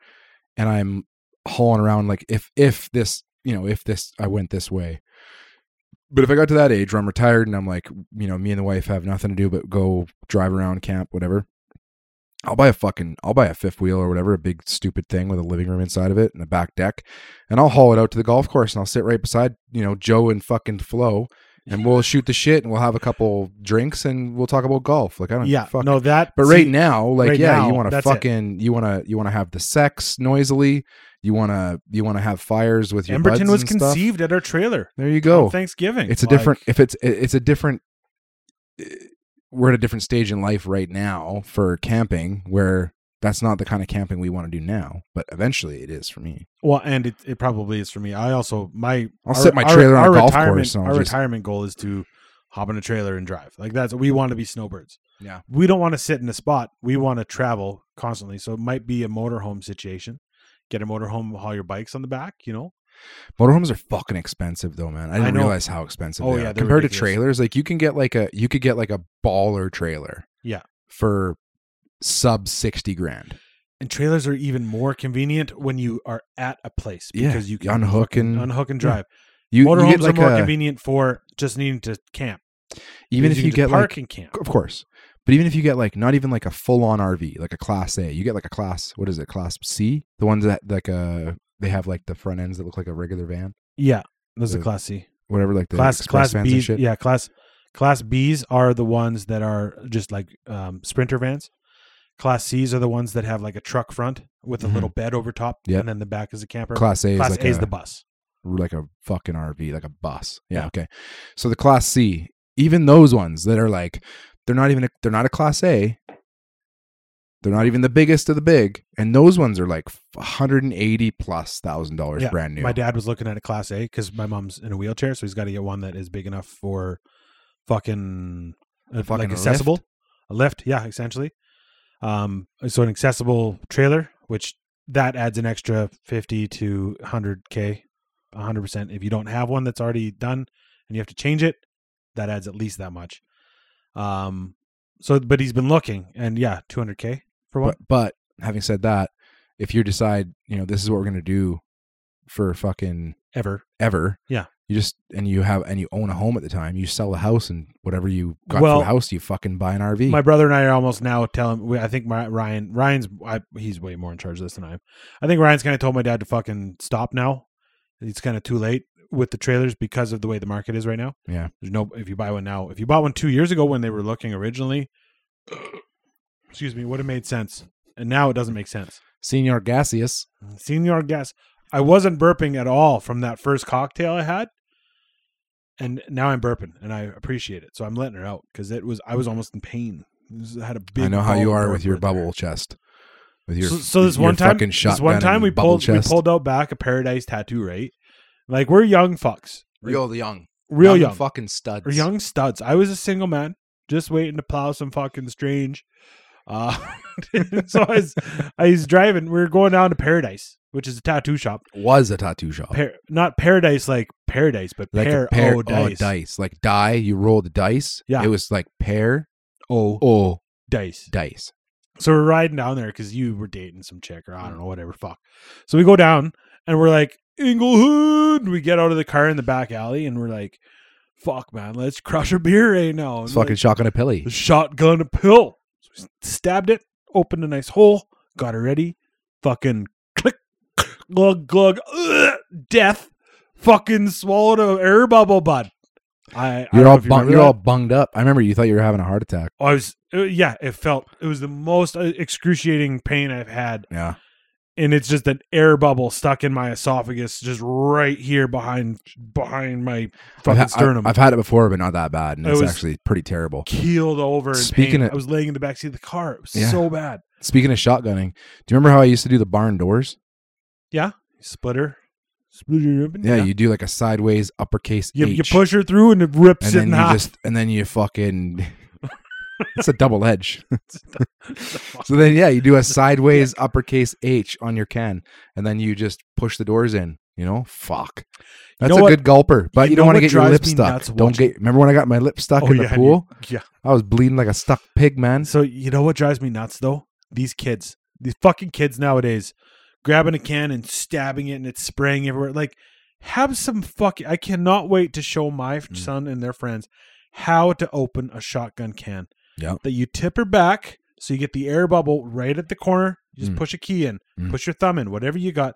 [SPEAKER 1] and I'm hauling around, like if if this, you know, if this, I went this way. But if I got to that age where I'm retired and I'm like, you know, me and the wife have nothing to do but go drive around, camp, whatever. I'll buy a fucking, I'll buy a fifth wheel or whatever, a big stupid thing with a living room inside of it and a back deck, and I'll haul it out to the golf course and I'll sit right beside, you know, Joe and fucking Flo, and we'll shoot the shit and we'll have a couple drinks and we'll talk about golf. Like I don't
[SPEAKER 2] yeah,
[SPEAKER 1] fuck.
[SPEAKER 2] no that.
[SPEAKER 1] but right
[SPEAKER 2] see,
[SPEAKER 1] now, like
[SPEAKER 2] right
[SPEAKER 1] yeah,
[SPEAKER 2] now,
[SPEAKER 1] you want to
[SPEAKER 2] that's it.
[SPEAKER 1] fucking you want to you want to have the sex noisily. You want to you want to have fires with your buds
[SPEAKER 2] Emberton was
[SPEAKER 1] and stuff.
[SPEAKER 2] conceived at our trailer.
[SPEAKER 1] There you
[SPEAKER 2] on
[SPEAKER 1] go.
[SPEAKER 2] Thanksgiving.
[SPEAKER 1] It's a
[SPEAKER 2] Like,
[SPEAKER 1] different if it's it- it's a different we're at a different stage in life right now for camping where that's not the kind of camping we want to do now, but eventually it is for me.
[SPEAKER 2] Well, and it, it probably is for me. I also my
[SPEAKER 1] I'll set my trailer on a golf
[SPEAKER 2] retirement,
[SPEAKER 1] course and I'll
[SPEAKER 2] Our
[SPEAKER 1] just-
[SPEAKER 2] retirement goal is to hop in a trailer and drive. Like that's we want to be snowbirds.
[SPEAKER 1] Yeah.
[SPEAKER 2] we don't want to sit in a spot. We want to travel constantly. So it might be a motorhome situation. Get a motorhome, haul your bikes on the back. You know,
[SPEAKER 1] Motorhomes are fucking expensive though, man. I didn't
[SPEAKER 2] know.
[SPEAKER 1] realize how expensive
[SPEAKER 2] Oh,
[SPEAKER 1] they
[SPEAKER 2] yeah,
[SPEAKER 1] are.
[SPEAKER 2] they're
[SPEAKER 1] Compared to
[SPEAKER 2] ridiculous.
[SPEAKER 1] trailers, like you can get like a you could get like a baller trailer.
[SPEAKER 2] Yeah.
[SPEAKER 1] For sub 60 grand.
[SPEAKER 2] and trailers are even more convenient when you are at a place
[SPEAKER 1] Yeah,
[SPEAKER 2] because you
[SPEAKER 1] you
[SPEAKER 2] can
[SPEAKER 1] unhook
[SPEAKER 2] fucking
[SPEAKER 1] and-
[SPEAKER 2] unhook and
[SPEAKER 1] yeah.
[SPEAKER 2] drive.
[SPEAKER 1] You, you
[SPEAKER 2] Motorhomes
[SPEAKER 1] get like
[SPEAKER 2] are more
[SPEAKER 1] a,
[SPEAKER 2] convenient for just needing to camp.
[SPEAKER 1] even
[SPEAKER 2] because
[SPEAKER 1] if you,
[SPEAKER 2] can
[SPEAKER 1] get
[SPEAKER 2] just park
[SPEAKER 1] like
[SPEAKER 2] and camp.
[SPEAKER 1] of course. But even if you get like not even like a full on RV, like a class A, you get like a class what is it, class C? The ones that like uh they have like the front ends that look like a regular van.
[SPEAKER 2] Yeah, those are
[SPEAKER 1] The
[SPEAKER 2] class C.
[SPEAKER 1] Whatever like the
[SPEAKER 2] class
[SPEAKER 1] express
[SPEAKER 2] class
[SPEAKER 1] vans and
[SPEAKER 2] B's.
[SPEAKER 1] shit.
[SPEAKER 2] Yeah, class class B's are the ones that are just like um, sprinter vans. Class C's are the ones that have like a truck front with a
[SPEAKER 1] Mhm.
[SPEAKER 2] little bed over top,
[SPEAKER 1] Yep.
[SPEAKER 2] and then the back is a camper.
[SPEAKER 1] Class A is
[SPEAKER 2] Class
[SPEAKER 1] like
[SPEAKER 2] A is
[SPEAKER 1] a-
[SPEAKER 2] the bus.
[SPEAKER 1] like a fucking RV, like a bus. Yeah,
[SPEAKER 2] Yeah.
[SPEAKER 1] Okay. So the class C, even those ones that are like, they're not even, a, they're not a class A. They're not even the biggest of the big. And those ones are like 180 plus thousand dollars
[SPEAKER 2] Yeah,
[SPEAKER 1] brand new.
[SPEAKER 2] My dad was looking at a class A because my mom's in a wheelchair, so he's got to get one that is big enough for fucking, uh,
[SPEAKER 1] Fucking
[SPEAKER 2] like
[SPEAKER 1] a
[SPEAKER 2] accessible, a lift. Yeah, essentially. Um, so an accessible trailer, which that adds an extra 50 to 100k 100% if you don't have one that's already done and you have to change it that adds at least that much um so but he's been looking and yeah 200k for one
[SPEAKER 1] But, but having said that, if you decide, you know, this is what we're gonna do for fucking
[SPEAKER 2] ever
[SPEAKER 1] ever,
[SPEAKER 2] Yeah.
[SPEAKER 1] you just and you have and you own a home at the time, you sell the house and whatever you got
[SPEAKER 2] Well,
[SPEAKER 1] for the house, you fucking buy an RV.
[SPEAKER 2] my brother and i are almost now telling we- i think my ryan ryan's I, he's way more in charge of this than i am i think ryan's kind of told my dad to fucking stop now it's kind of too late with the trailers because of the way the market is right now
[SPEAKER 1] Yeah.
[SPEAKER 2] there's no if you buy one now if you bought one two years ago when they were looking originally excuse me would have made sense and now it doesn't make sense
[SPEAKER 1] Senior gaseous.
[SPEAKER 2] Senior guest. I wasn't burping at all from that first cocktail I had, and now I'm burping, and I appreciate it. So I'm letting her out because it was I was almost in pain. It was- I had a big.
[SPEAKER 1] Mm-hmm. I know how you
[SPEAKER 2] ball
[SPEAKER 1] are
[SPEAKER 2] burp
[SPEAKER 1] with your
[SPEAKER 2] right there.
[SPEAKER 1] bubble chest. With your
[SPEAKER 2] so, so this
[SPEAKER 1] your
[SPEAKER 2] one time,
[SPEAKER 1] fucking
[SPEAKER 2] this
[SPEAKER 1] shotgun
[SPEAKER 2] one time
[SPEAKER 1] and
[SPEAKER 2] we
[SPEAKER 1] bubble
[SPEAKER 2] pulled
[SPEAKER 1] chest.
[SPEAKER 2] we pulled out back a paradise tattoo, right? Like we're young fucks,
[SPEAKER 1] real young,
[SPEAKER 2] real young,
[SPEAKER 1] fucking studs.
[SPEAKER 2] or young studs. I was a single man, just waiting to plow some fucking strange. Uh, so I was, I was driving. We were going down to Paradise, which is a tattoo shop.
[SPEAKER 1] was a tattoo shop.
[SPEAKER 2] Par- not paradise like paradise, but
[SPEAKER 1] like
[SPEAKER 2] pair,
[SPEAKER 1] a pair
[SPEAKER 2] oh,
[SPEAKER 1] oh,
[SPEAKER 2] dice.
[SPEAKER 1] dice. Like die, you roll the dice.
[SPEAKER 2] Yeah.
[SPEAKER 1] It was like pair
[SPEAKER 2] Oh,
[SPEAKER 1] oh
[SPEAKER 2] dice.
[SPEAKER 1] dice.
[SPEAKER 2] So we're riding down there because you were dating some chick or
[SPEAKER 1] Mm.
[SPEAKER 2] I don't know, whatever. Fuck. So we go down and we're like, Inglehood. We get out of the car in the back alley and we're like, fuck, man, let's crush a beer right now.
[SPEAKER 1] It's
[SPEAKER 2] And, like,
[SPEAKER 1] fucking shotgun a pilly.
[SPEAKER 2] Oh, the shotgun a pill. So we stabbed it, opened a nice hole, got her ready. Fucking click, glug, glug, ugh, death. Fucking swallowed a air bubble, bud. I, I don't
[SPEAKER 1] You're
[SPEAKER 2] know
[SPEAKER 1] all
[SPEAKER 2] if you
[SPEAKER 1] bung-
[SPEAKER 2] remember
[SPEAKER 1] you're
[SPEAKER 2] that.
[SPEAKER 1] all bunged up. I remember you thought you were having a heart attack.
[SPEAKER 2] I was, uh, yeah, it felt, it was the most uh, excruciating pain I've had.
[SPEAKER 1] Yeah.
[SPEAKER 2] And it's just an air bubble stuck in my esophagus, just right here behind, behind my fucking
[SPEAKER 1] I've, ha-
[SPEAKER 2] sternum.
[SPEAKER 1] I've, I've had it before, but not that bad, and
[SPEAKER 2] It
[SPEAKER 1] it's
[SPEAKER 2] was-
[SPEAKER 1] actually pretty terrible.
[SPEAKER 2] keeled over. In
[SPEAKER 1] Speaking
[SPEAKER 2] pain.
[SPEAKER 1] of-
[SPEAKER 2] I was laying in the backseat of the car. It was
[SPEAKER 1] Yeah.
[SPEAKER 2] so bad.
[SPEAKER 1] Speaking of shotgunning, do you remember how I used to do the barn doors?
[SPEAKER 2] Splitter, splitter open.
[SPEAKER 1] Yeah, you do like a sideways uppercase
[SPEAKER 2] you, you
[SPEAKER 1] H,
[SPEAKER 2] push her through and it rips
[SPEAKER 1] and
[SPEAKER 2] it
[SPEAKER 1] then
[SPEAKER 2] in
[SPEAKER 1] you
[SPEAKER 2] half.
[SPEAKER 1] just and then you fucking. it's a double edge. So then, yeah, you do a sideways uppercase H on your can, and then you just push the doors in. You know, fuck. That's
[SPEAKER 2] know
[SPEAKER 1] a
[SPEAKER 2] what-
[SPEAKER 1] good gulper, but
[SPEAKER 2] you
[SPEAKER 1] you, don't
[SPEAKER 2] know
[SPEAKER 1] want
[SPEAKER 2] what
[SPEAKER 1] to get your
[SPEAKER 2] drives
[SPEAKER 1] lip
[SPEAKER 2] me
[SPEAKER 1] stuck.
[SPEAKER 2] nuts
[SPEAKER 1] Don't
[SPEAKER 2] watching-
[SPEAKER 1] get. Remember when I got my lip stuck
[SPEAKER 2] Oh,
[SPEAKER 1] in the
[SPEAKER 2] yeah, and you-
[SPEAKER 1] pool?
[SPEAKER 2] yeah.
[SPEAKER 1] I was bleeding like a stuck pig, man.
[SPEAKER 2] So you know what drives me nuts though? These kids, these fucking kids nowadays, grabbing a can and stabbing it and it's spraying everywhere. Like, have some fucking. I cannot wait to show my
[SPEAKER 1] Mm.
[SPEAKER 2] son and their friends how to open a shotgun can.
[SPEAKER 1] Yeah.
[SPEAKER 2] That you tip her back so you get the air bubble right at the corner. You just
[SPEAKER 1] Mm.
[SPEAKER 2] push a key in,
[SPEAKER 1] Mm.
[SPEAKER 2] push your thumb in, whatever you got.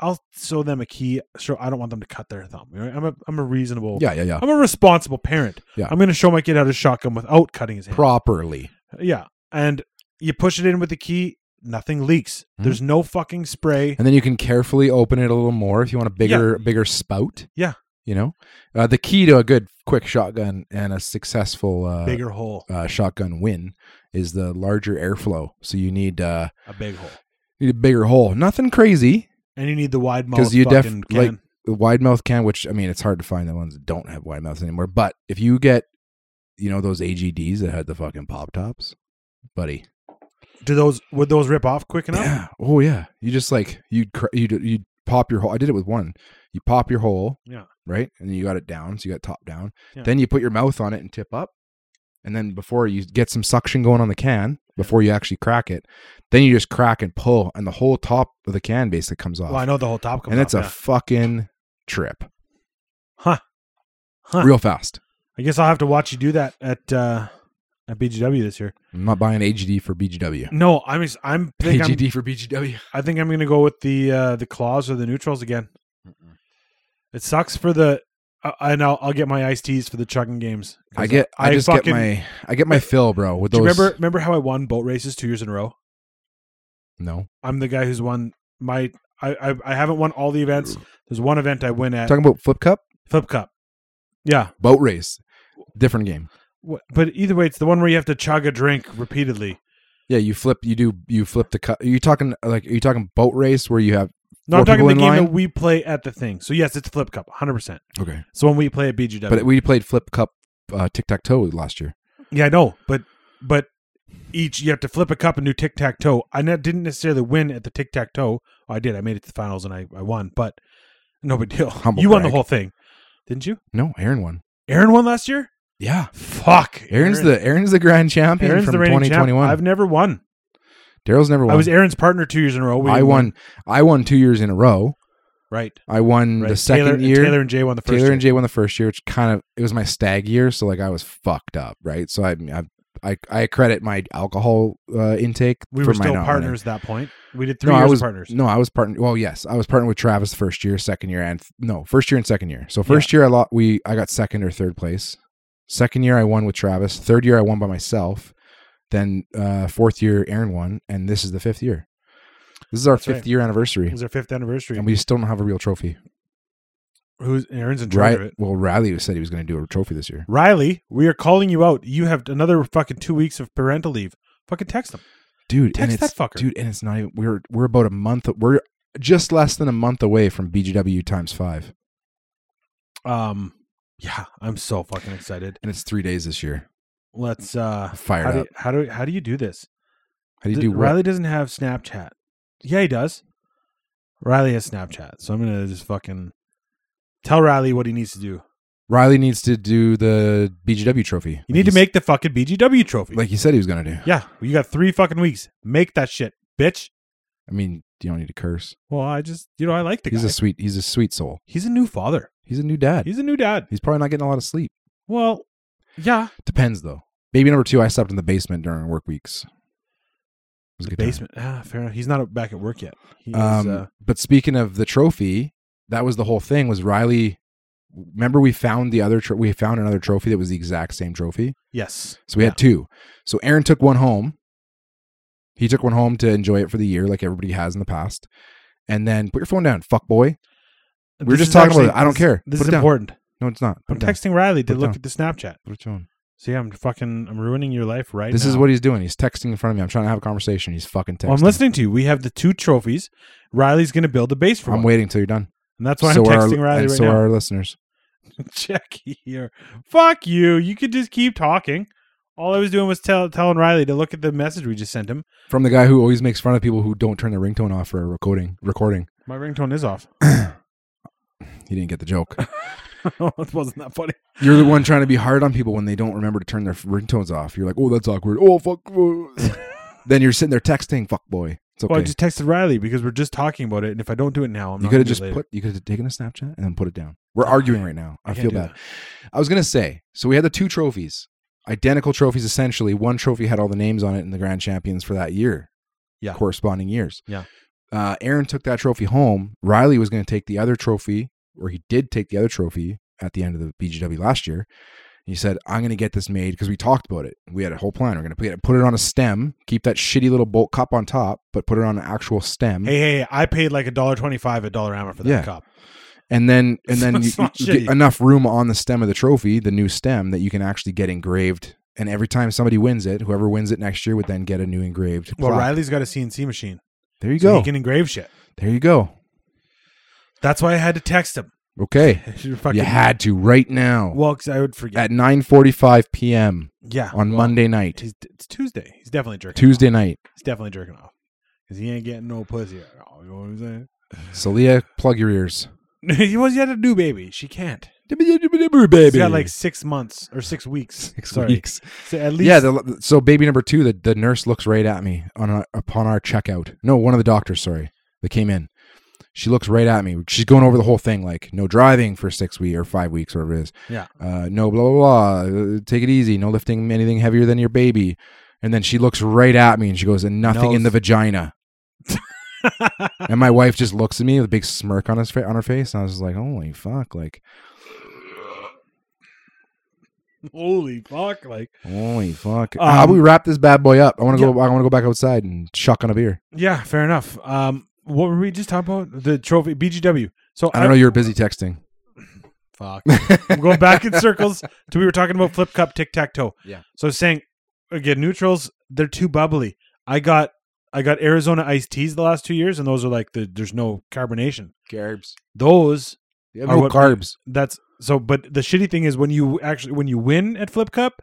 [SPEAKER 2] I'll show them a key. So I don't want them to cut their thumb. You know, I'm a I'm a reasonable.
[SPEAKER 1] Yeah, yeah, yeah.
[SPEAKER 2] I'm a responsible parent.
[SPEAKER 1] Yeah.
[SPEAKER 2] I'm going to show my kid how to shotgun without cutting his hand.
[SPEAKER 1] Properly.
[SPEAKER 2] Yeah. And you push it in with the key, nothing leaks.
[SPEAKER 1] Hmm?
[SPEAKER 2] There's no fucking spray.
[SPEAKER 1] and then you can carefully open it a little more if you want a bigger bigger spout.
[SPEAKER 2] Yeah.
[SPEAKER 1] you know, uh, the key to a good quick shotgun and a successful uh,
[SPEAKER 2] Bigger hole.
[SPEAKER 1] uh, shotgun win is the larger airflow. So you need uh,
[SPEAKER 2] A big hole.
[SPEAKER 1] you need a bigger hole. Nothing crazy.
[SPEAKER 2] And you need the wide mouth.
[SPEAKER 1] 'Cause you def-
[SPEAKER 2] fucking
[SPEAKER 1] like-
[SPEAKER 2] can.
[SPEAKER 1] The wide mouth can, which I mean, it's hard to find the ones that don't have wide mouths anymore. But if you get, you know, those AGDs that had the fucking pop tops, buddy.
[SPEAKER 2] do those would those rip off quick enough?
[SPEAKER 1] Yeah. Oh yeah. You just like you'd cr- you'd you'd pop your hole. I did it with one. You pop your hole.
[SPEAKER 2] Yeah.
[SPEAKER 1] Right, and then you got it down, so you got top down.
[SPEAKER 2] Yeah.
[SPEAKER 1] Then you put your mouth on it and tip up, and then before you get some suction going on the can, before you actually crack it, then you just crack and pull, and the whole top of the can basically comes off.
[SPEAKER 2] Well, I know the whole top comes
[SPEAKER 1] and it's a
[SPEAKER 2] off, yeah.
[SPEAKER 1] fucking trip.
[SPEAKER 2] Huh. Huh.
[SPEAKER 1] Real fast.
[SPEAKER 2] I guess I'll have to watch you do that at uh at BGW this year.
[SPEAKER 1] I'm not buying AGD for BGW.
[SPEAKER 2] No, I'm ex- I'm think I'm,
[SPEAKER 1] AGD for BGW.
[SPEAKER 2] I think I'm gonna go with the uh the claws or the neutrals again. It sucks for the uh, and I'll, I'll get my iced teas for the chugging games. 'Cause
[SPEAKER 1] I get. I, just
[SPEAKER 2] fucking-
[SPEAKER 1] get my. I get my fill, bro. With
[SPEAKER 2] Do
[SPEAKER 1] those.
[SPEAKER 2] you remember remember how I won boat races two years in a row?
[SPEAKER 1] No.
[SPEAKER 2] I'm the guy who's won my I I, I haven't won all the events. There's one event I win at
[SPEAKER 1] Talking about flip cup,
[SPEAKER 2] Flip Cup. Yeah,
[SPEAKER 1] boat race, different game.
[SPEAKER 2] Wh- but either way, it's the one where you have to chug a drink repeatedly.
[SPEAKER 1] Yeah, you flip. You do. You flip the cup. Are you talking like? Are you talking boat race where you have?
[SPEAKER 2] No, I'm
[SPEAKER 1] Four people
[SPEAKER 2] talking the
[SPEAKER 1] in
[SPEAKER 2] game
[SPEAKER 1] line?
[SPEAKER 2] that we play at the thing. So yes, it's Flip Cup, 100. percent
[SPEAKER 1] Okay.
[SPEAKER 2] So when we play at BGW,
[SPEAKER 1] But we played flip cup uh, tic tac toe last year.
[SPEAKER 2] yeah, I know, but but each you have to flip a cup and do tic tac toe. I not, didn't necessarily win at the tic tac toe. I did. I made it to the finals and I, I won, but no big deal.
[SPEAKER 1] Humble
[SPEAKER 2] you won the
[SPEAKER 1] brag.
[SPEAKER 2] whole thing, didn't you?
[SPEAKER 1] No, Aaron won.
[SPEAKER 2] Aaron won last year.
[SPEAKER 1] Yeah.
[SPEAKER 2] Fuck.
[SPEAKER 1] Aaron's the Aaron's the grand champion
[SPEAKER 2] Aaron's
[SPEAKER 1] from
[SPEAKER 2] the reigning champ.
[SPEAKER 1] 2021.
[SPEAKER 2] I've never won.
[SPEAKER 1] Daryl's never won.
[SPEAKER 2] I was Aaron's partner two years in a row. We
[SPEAKER 1] I
[SPEAKER 2] didn't win.
[SPEAKER 1] won. I won two years in a row.
[SPEAKER 2] Right.
[SPEAKER 1] I won
[SPEAKER 2] right.
[SPEAKER 1] the second
[SPEAKER 2] Taylor,
[SPEAKER 1] year.
[SPEAKER 2] Taylor and Jay won the first.
[SPEAKER 1] Taylor and
[SPEAKER 2] year.
[SPEAKER 1] Jay won the first year, which kind of it was my stag year, so like I was fucked up, right? So I I I, I credit my alcohol uh, intake.
[SPEAKER 2] We
[SPEAKER 1] for
[SPEAKER 2] were
[SPEAKER 1] my
[SPEAKER 2] still
[SPEAKER 1] not winning.
[SPEAKER 2] partners at that point. We did three
[SPEAKER 1] no,
[SPEAKER 2] years
[SPEAKER 1] I
[SPEAKER 2] of
[SPEAKER 1] was
[SPEAKER 2] partners.
[SPEAKER 1] No, I was partner. Well, yes, I was partnered with Travis the first year, second year, and no, first year and second year. So first year I lot we I got second or third place. Second year I won with Travis. Third year I won by myself. Then uh, fourth year Aaron won, and this is the fifth year. This is our
[SPEAKER 2] That's
[SPEAKER 1] fifth
[SPEAKER 2] right.
[SPEAKER 1] year
[SPEAKER 2] It
[SPEAKER 1] anniversary,
[SPEAKER 2] was our fifth anniversary.
[SPEAKER 1] and we still don't have a real trophy.
[SPEAKER 2] Who's Aaron's in charge
[SPEAKER 1] Right?
[SPEAKER 2] of it?
[SPEAKER 1] Well, Riley said he was going to do a trophy this year.
[SPEAKER 2] Riley, we are calling you out. You have another fucking two weeks of parental leave. Fucking text them.
[SPEAKER 1] dude.
[SPEAKER 2] Text
[SPEAKER 1] and it's,
[SPEAKER 2] that fucker.
[SPEAKER 1] dude. And it's not even. We're we're about a month. We're just less than a month away from BGW times five,
[SPEAKER 2] Um, yeah, I'm so fucking excited.
[SPEAKER 1] and it's three days this year.
[SPEAKER 2] Let's. uh
[SPEAKER 1] Fired
[SPEAKER 2] how do,
[SPEAKER 1] up.
[SPEAKER 2] how do how do you do this?
[SPEAKER 1] How do you
[SPEAKER 2] Th-
[SPEAKER 1] do? what?
[SPEAKER 2] Riley doesn't have Snapchat. Yeah, he does. Riley has Snapchat, so I'm gonna just fucking tell Riley what he needs to do.
[SPEAKER 1] Riley needs to do the BGW trophy.
[SPEAKER 2] You need to
[SPEAKER 1] he's-
[SPEAKER 2] make the fucking BGW trophy.
[SPEAKER 1] like he said he was gonna do.
[SPEAKER 2] yeah, you got three fucking weeks. Make that shit, bitch.
[SPEAKER 1] I mean, you don't need to curse.
[SPEAKER 2] Well, I just you know I like the
[SPEAKER 1] He's
[SPEAKER 2] guy.
[SPEAKER 1] a sweet. He's a sweet soul.
[SPEAKER 2] he's a new father.
[SPEAKER 1] He's a new dad. He's,
[SPEAKER 2] He's a new dad.
[SPEAKER 1] probably not getting a lot of sleep.
[SPEAKER 2] Well, yeah,
[SPEAKER 1] Depends though. Baby number two, I slept in the basement during work weeks. It was a good time.
[SPEAKER 2] basement. Ah, fair enough. He's not back at work yet. He is,
[SPEAKER 1] Um,
[SPEAKER 2] uh,
[SPEAKER 1] but speaking of the trophy, that was the whole thing. Was Riley? Remember, we found the other. Tro- we found another trophy that was the exact same trophy.
[SPEAKER 2] yes.
[SPEAKER 1] So we had two. So Aaron took one home. He took one home to enjoy it for the year, like everybody has in the past. And then put your phone down, fuck boy.
[SPEAKER 2] We
[SPEAKER 1] were just talking about it. I don't care.
[SPEAKER 2] This
[SPEAKER 1] Put
[SPEAKER 2] is
[SPEAKER 1] it down.
[SPEAKER 2] important.
[SPEAKER 1] No, it's not. Put
[SPEAKER 2] I'm
[SPEAKER 1] it down.
[SPEAKER 2] texting Riley to
[SPEAKER 1] Put it
[SPEAKER 2] look
[SPEAKER 1] down.
[SPEAKER 2] at the Snapchat.
[SPEAKER 1] Put it down.
[SPEAKER 2] See, I'm fucking. I'm ruining your life right
[SPEAKER 1] This
[SPEAKER 2] now.
[SPEAKER 1] is what he's doing. He's texting in front of me. I'm trying to have a conversation. He's fucking texting.
[SPEAKER 2] Well, I'm listening to you. We have the two trophies. Riley's going to build a base for
[SPEAKER 1] I'm
[SPEAKER 2] one.
[SPEAKER 1] waiting until you're done.
[SPEAKER 2] And that's why
[SPEAKER 1] so
[SPEAKER 2] I'm
[SPEAKER 1] are
[SPEAKER 2] texting
[SPEAKER 1] our,
[SPEAKER 2] Riley
[SPEAKER 1] and
[SPEAKER 2] right
[SPEAKER 1] so
[SPEAKER 2] now.
[SPEAKER 1] are our listeners.
[SPEAKER 2] Check here. Fuck you. You could just keep talking. All I was doing was tell, telling Riley to look at the message we just sent him.
[SPEAKER 1] From the guy who always makes fun of people who don't turn their ringtone off for a recording. Recording.
[SPEAKER 2] My ringtone is off.
[SPEAKER 1] He didn't get the joke.
[SPEAKER 2] it wasn't that funny.
[SPEAKER 1] You're the one trying to be hard on people when they don't remember to turn their ringtones off. You're like, oh, that's awkward. Oh, fuck. oh." then you're sitting there texting, fuck boy. It's okay.
[SPEAKER 2] Well, I just texted Riley because we're just talking about it, and if I don't do it now, I'm
[SPEAKER 1] you
[SPEAKER 2] not
[SPEAKER 1] could
[SPEAKER 2] gonna
[SPEAKER 1] have
[SPEAKER 2] do it
[SPEAKER 1] just
[SPEAKER 2] later.
[SPEAKER 1] put. You could have taken a Snapchat and then put it down. We're
[SPEAKER 2] Oh,
[SPEAKER 1] arguing right now. I,
[SPEAKER 2] can't
[SPEAKER 1] feel
[SPEAKER 2] do
[SPEAKER 1] bad.
[SPEAKER 2] that.
[SPEAKER 1] I was gonna say. So we had the two trophies, identical trophies essentially. One trophy had all the names on it and the grand champions for that year,
[SPEAKER 2] Yeah.
[SPEAKER 1] corresponding years.
[SPEAKER 2] Yeah.
[SPEAKER 1] Uh, Aaron took that trophy home. Riley was gonna take the other trophy, or he did take the other trophy at the end of the BGW last year. He said, "I'm gonna get this made because we talked about it. We had a whole plan. We're gonna put it, put it on a stem, keep that shitty little bolt cup on top, but put it on an actual stem.
[SPEAKER 2] Hey, hey, hey, I paid like a dollar twenty-five at Dollar Ammo for that
[SPEAKER 1] Yeah.
[SPEAKER 2] cup.
[SPEAKER 1] and then and then you,
[SPEAKER 2] It's not
[SPEAKER 1] you get
[SPEAKER 2] shitty.
[SPEAKER 1] enough room on the stem of the trophy, the new stem, that you can actually get engraved. And every time somebody wins it, whoever wins it next year would then get a new engraved.
[SPEAKER 2] Well,
[SPEAKER 1] plaque.
[SPEAKER 2] Riley's got a CNC machine.
[SPEAKER 1] there you
[SPEAKER 2] so
[SPEAKER 1] go.
[SPEAKER 2] He can engrave shit.
[SPEAKER 1] there you go.
[SPEAKER 2] That's why I had to text him.
[SPEAKER 1] Okay,
[SPEAKER 2] You're fucking-
[SPEAKER 1] you had to right now
[SPEAKER 2] Well, 'cause I would forget.
[SPEAKER 1] at 9:45 p.m.
[SPEAKER 2] yeah,
[SPEAKER 1] on
[SPEAKER 2] well,
[SPEAKER 1] Monday night,
[SPEAKER 2] He's, it's Tuesday. He's definitely jerking.
[SPEAKER 1] Tuesday night.
[SPEAKER 2] Off. He's definitely jerking off because he ain't getting no pussy. At all, you know what I'm saying?
[SPEAKER 1] Celia, plug your ears.
[SPEAKER 2] he was yet a new baby. She can't.
[SPEAKER 1] Baby,
[SPEAKER 2] She's got like six months or six weeks.
[SPEAKER 1] six
[SPEAKER 2] Sorry.
[SPEAKER 1] weeks.
[SPEAKER 2] So at least
[SPEAKER 1] yeah. The, so baby number two, the, the nurse looks right at me on our, upon our checkout. No, one of the doctors, sorry, that came in. She looks right at me. She's going over the whole thing, like no driving for six weeks or five weeks, whatever it is.
[SPEAKER 2] Yeah.
[SPEAKER 1] Uh, no blah blah blah. Uh, Take it easy. No lifting anything heavier than your baby. And then she looks right at me and she goes, "And nothing in
[SPEAKER 2] Nose.
[SPEAKER 1] the vagina." and my wife just looks at me with a big smirk on his fa- on her face, and I was just like, "Holy fuck!" Like,
[SPEAKER 2] holy fuck, like
[SPEAKER 1] holy fuck.
[SPEAKER 2] Um,
[SPEAKER 1] How do we wrap this bad boy up? I want to
[SPEAKER 2] yeah.
[SPEAKER 1] go. I want to go back outside and chuck on a beer.
[SPEAKER 2] yeah, fair enough. Um, what were we just talking about? The trophy BGW. So
[SPEAKER 1] I don't know. You were busy texting.
[SPEAKER 2] Fuck. I'm going back in circles to we were talking about flip cup tic tac toe.
[SPEAKER 1] Yeah.
[SPEAKER 2] So I was saying again, neutrals they're too bubbly. I got I got Arizona iced teas the last two years, and those are like the there's no carbonation.
[SPEAKER 1] Carbs.
[SPEAKER 2] Those Or
[SPEAKER 1] no
[SPEAKER 2] what-
[SPEAKER 1] carbs.
[SPEAKER 2] that's so. But the shitty thing is when you actually when you win at flip cup,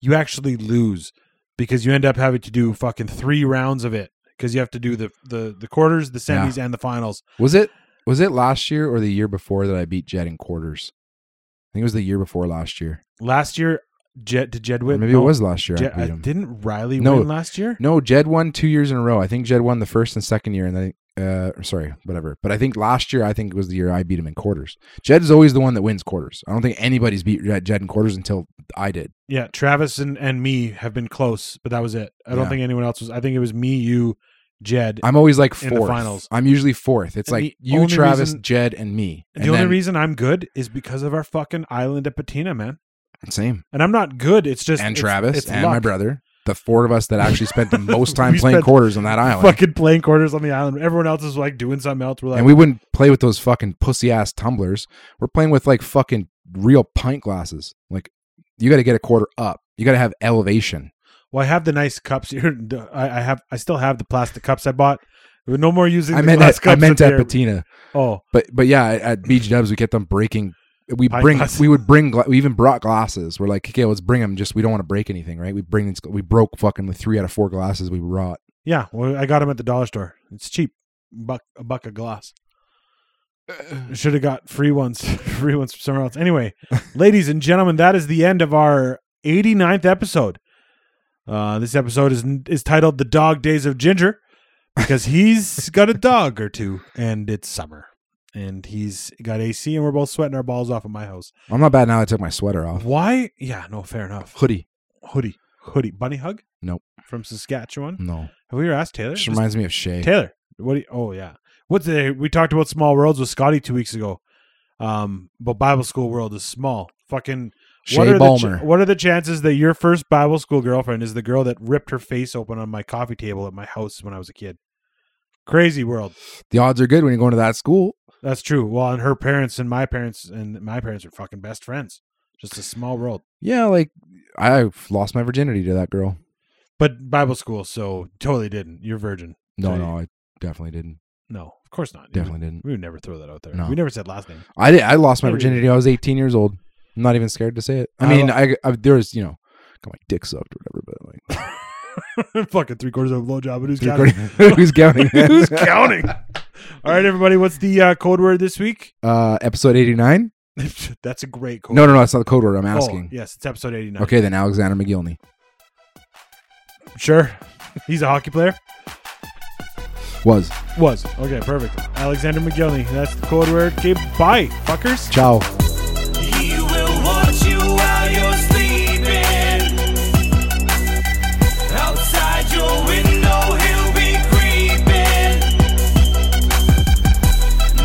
[SPEAKER 2] you actually lose because you end up having to do fucking three rounds of it because you have to do the the the quarters, the
[SPEAKER 1] Yeah.
[SPEAKER 2] semis, and the finals.
[SPEAKER 1] Was it was it last year or the year before that I beat Jed in quarters? I think it was the year before last year.
[SPEAKER 2] Last year, Jed did Jed
[SPEAKER 1] Or
[SPEAKER 2] win?
[SPEAKER 1] maybe
[SPEAKER 2] No,
[SPEAKER 1] it was last year
[SPEAKER 2] Jed,
[SPEAKER 1] I beat
[SPEAKER 2] I-
[SPEAKER 1] him.
[SPEAKER 2] didn't Riley
[SPEAKER 1] No.
[SPEAKER 2] win last year?
[SPEAKER 1] No, Jed won two years in a row. I think Jed won the first and second year, and then uh, or sorry, whatever. But I think last year I think was the year I beat him in quarters. Jed is always the one that wins quarters. I don't think anybody's beat Jed Jed in quarters until I did.
[SPEAKER 2] Yeah, Travis and, and me have been close, but that was it. I don't
[SPEAKER 1] Yeah.
[SPEAKER 2] think anyone else was. I think it was me, you, Jed.
[SPEAKER 1] I'm always like
[SPEAKER 2] In the
[SPEAKER 1] fourth.
[SPEAKER 2] finals.
[SPEAKER 1] I'm usually fourth. It's
[SPEAKER 2] And
[SPEAKER 1] like
[SPEAKER 2] the
[SPEAKER 1] you,
[SPEAKER 2] only
[SPEAKER 1] Travis,
[SPEAKER 2] reason-
[SPEAKER 1] Jed, and me.
[SPEAKER 2] the
[SPEAKER 1] And
[SPEAKER 2] only
[SPEAKER 1] then-
[SPEAKER 2] reason I'm good is because of our fucking island at Patina, man.
[SPEAKER 1] same,
[SPEAKER 2] And I'm not good. It's just
[SPEAKER 1] and
[SPEAKER 2] it's-
[SPEAKER 1] Travis
[SPEAKER 2] it's
[SPEAKER 1] and
[SPEAKER 2] luck.
[SPEAKER 1] my brother, the four of us that actually spent the most time
[SPEAKER 2] We
[SPEAKER 1] playing
[SPEAKER 2] spent
[SPEAKER 1] quarters on that island.
[SPEAKER 2] Fucking playing quarters on the island. Everyone else is like doing something else. We're like,
[SPEAKER 1] and we wouldn't play with those fucking pussy ass tumblers. We're playing with like fucking real pint glasses. Like you got to get a quarter up. You got to have elevation.
[SPEAKER 2] well, I have the nice cups here. I, I have, I still have the plastic cups I bought. We're no more using.
[SPEAKER 1] I
[SPEAKER 2] the
[SPEAKER 1] meant
[SPEAKER 2] glass
[SPEAKER 1] at, I
[SPEAKER 2] cups
[SPEAKER 1] meant
[SPEAKER 2] up
[SPEAKER 1] at
[SPEAKER 2] here.
[SPEAKER 1] patina,
[SPEAKER 2] Oh,
[SPEAKER 1] but but yeah, at, at beach dubs we kept on breaking. We
[SPEAKER 2] Pint
[SPEAKER 1] bring
[SPEAKER 2] glasses.
[SPEAKER 1] we would bring gla- we even brought glasses. We're like, okay, let's bring them. Just we don't want to break anything, right? We bring these, we broke fucking the three out of four glasses we brought.
[SPEAKER 2] yeah. Well, I got them at the dollar store. It's cheap. Buck a buck a glass. Should have got free ones, free ones from somewhere else. Anyway, ladies and gentlemen, that is the end of our 89th episode. Uh, this episode is is titled "The Dog Days of Ginger" because he's got a dog or two, and it's summer, and he's got AC, and we're both sweating our balls off in my house.
[SPEAKER 1] I'm not bad now. I took my sweater off.
[SPEAKER 2] Why? Yeah, no, fair enough.
[SPEAKER 1] Hoodie?
[SPEAKER 2] Hoodie, hoodie, bunny hug.
[SPEAKER 1] Nope.
[SPEAKER 2] From Saskatchewan.
[SPEAKER 1] No.
[SPEAKER 2] Have we ever asked Taylor?
[SPEAKER 1] Just
[SPEAKER 2] Just-
[SPEAKER 1] reminds me of Shay.
[SPEAKER 2] Taylor, what? Do you, oh yeah, what's the? We talked about small worlds with Scotty two weeks ago. Um, but Bible school world is small. Fucking.
[SPEAKER 1] Shay
[SPEAKER 2] what are
[SPEAKER 1] Balmer.
[SPEAKER 2] the ch- what are the chances that your first Bible school girlfriend is the girl that ripped her face open on my coffee table at my house when I was a kid? Crazy world.
[SPEAKER 1] the odds are good when you're going to that school.
[SPEAKER 2] That's true. Well, and her parents and my parents and my parents are fucking best friends. Just a small world.
[SPEAKER 1] Yeah, like I lost my virginity to that girl.
[SPEAKER 2] But Bible school, so totally didn't. You're virgin.
[SPEAKER 1] No,
[SPEAKER 2] So
[SPEAKER 1] no, I definitely didn't.
[SPEAKER 2] No, of course not.
[SPEAKER 1] Definitely didn't.
[SPEAKER 2] We would never throw that out there.
[SPEAKER 1] No.
[SPEAKER 2] We never said last name.
[SPEAKER 1] I did. I lost my
[SPEAKER 2] Yeah, we
[SPEAKER 1] virginity. I was 18 years old. I'm not even scared to say it. I
[SPEAKER 2] I
[SPEAKER 1] mean,
[SPEAKER 2] lo-
[SPEAKER 1] I, I there was you know, got my dick sucked or whatever. But like,
[SPEAKER 2] fucking three quarters of a blowjob. And who's
[SPEAKER 1] Three
[SPEAKER 2] counting?
[SPEAKER 1] quarter- who's counting?
[SPEAKER 2] Who's counting? All right, everybody. What's the uh, code word this week?
[SPEAKER 1] Uh, episode 89.
[SPEAKER 2] That's a great code.
[SPEAKER 1] No, no, no. It's not the code word. I'm
[SPEAKER 2] Oh,
[SPEAKER 1] asking.
[SPEAKER 2] yes, it's episode eighty nine.
[SPEAKER 1] Okay, then Alexander McGillney.
[SPEAKER 2] sure. He's a hockey player.
[SPEAKER 1] was
[SPEAKER 2] Was okay. Perfect. Alexander McGillney. That's the code word. Okay. Bye, fuckers.
[SPEAKER 1] ciao.
[SPEAKER 3] He will watch you while you're sleeping. Outside your window, he'll be creeping.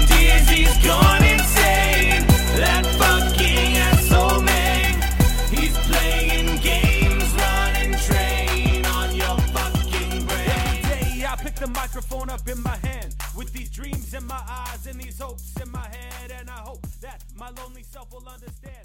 [SPEAKER 3] Dizzy's gone insane. That fucking asshole man. He's playing games, running train on your fucking brain. Every day I pick the microphone up in my hand with these dreams in my eyes and these hopes in my head, and I hope that my lonely self will understand.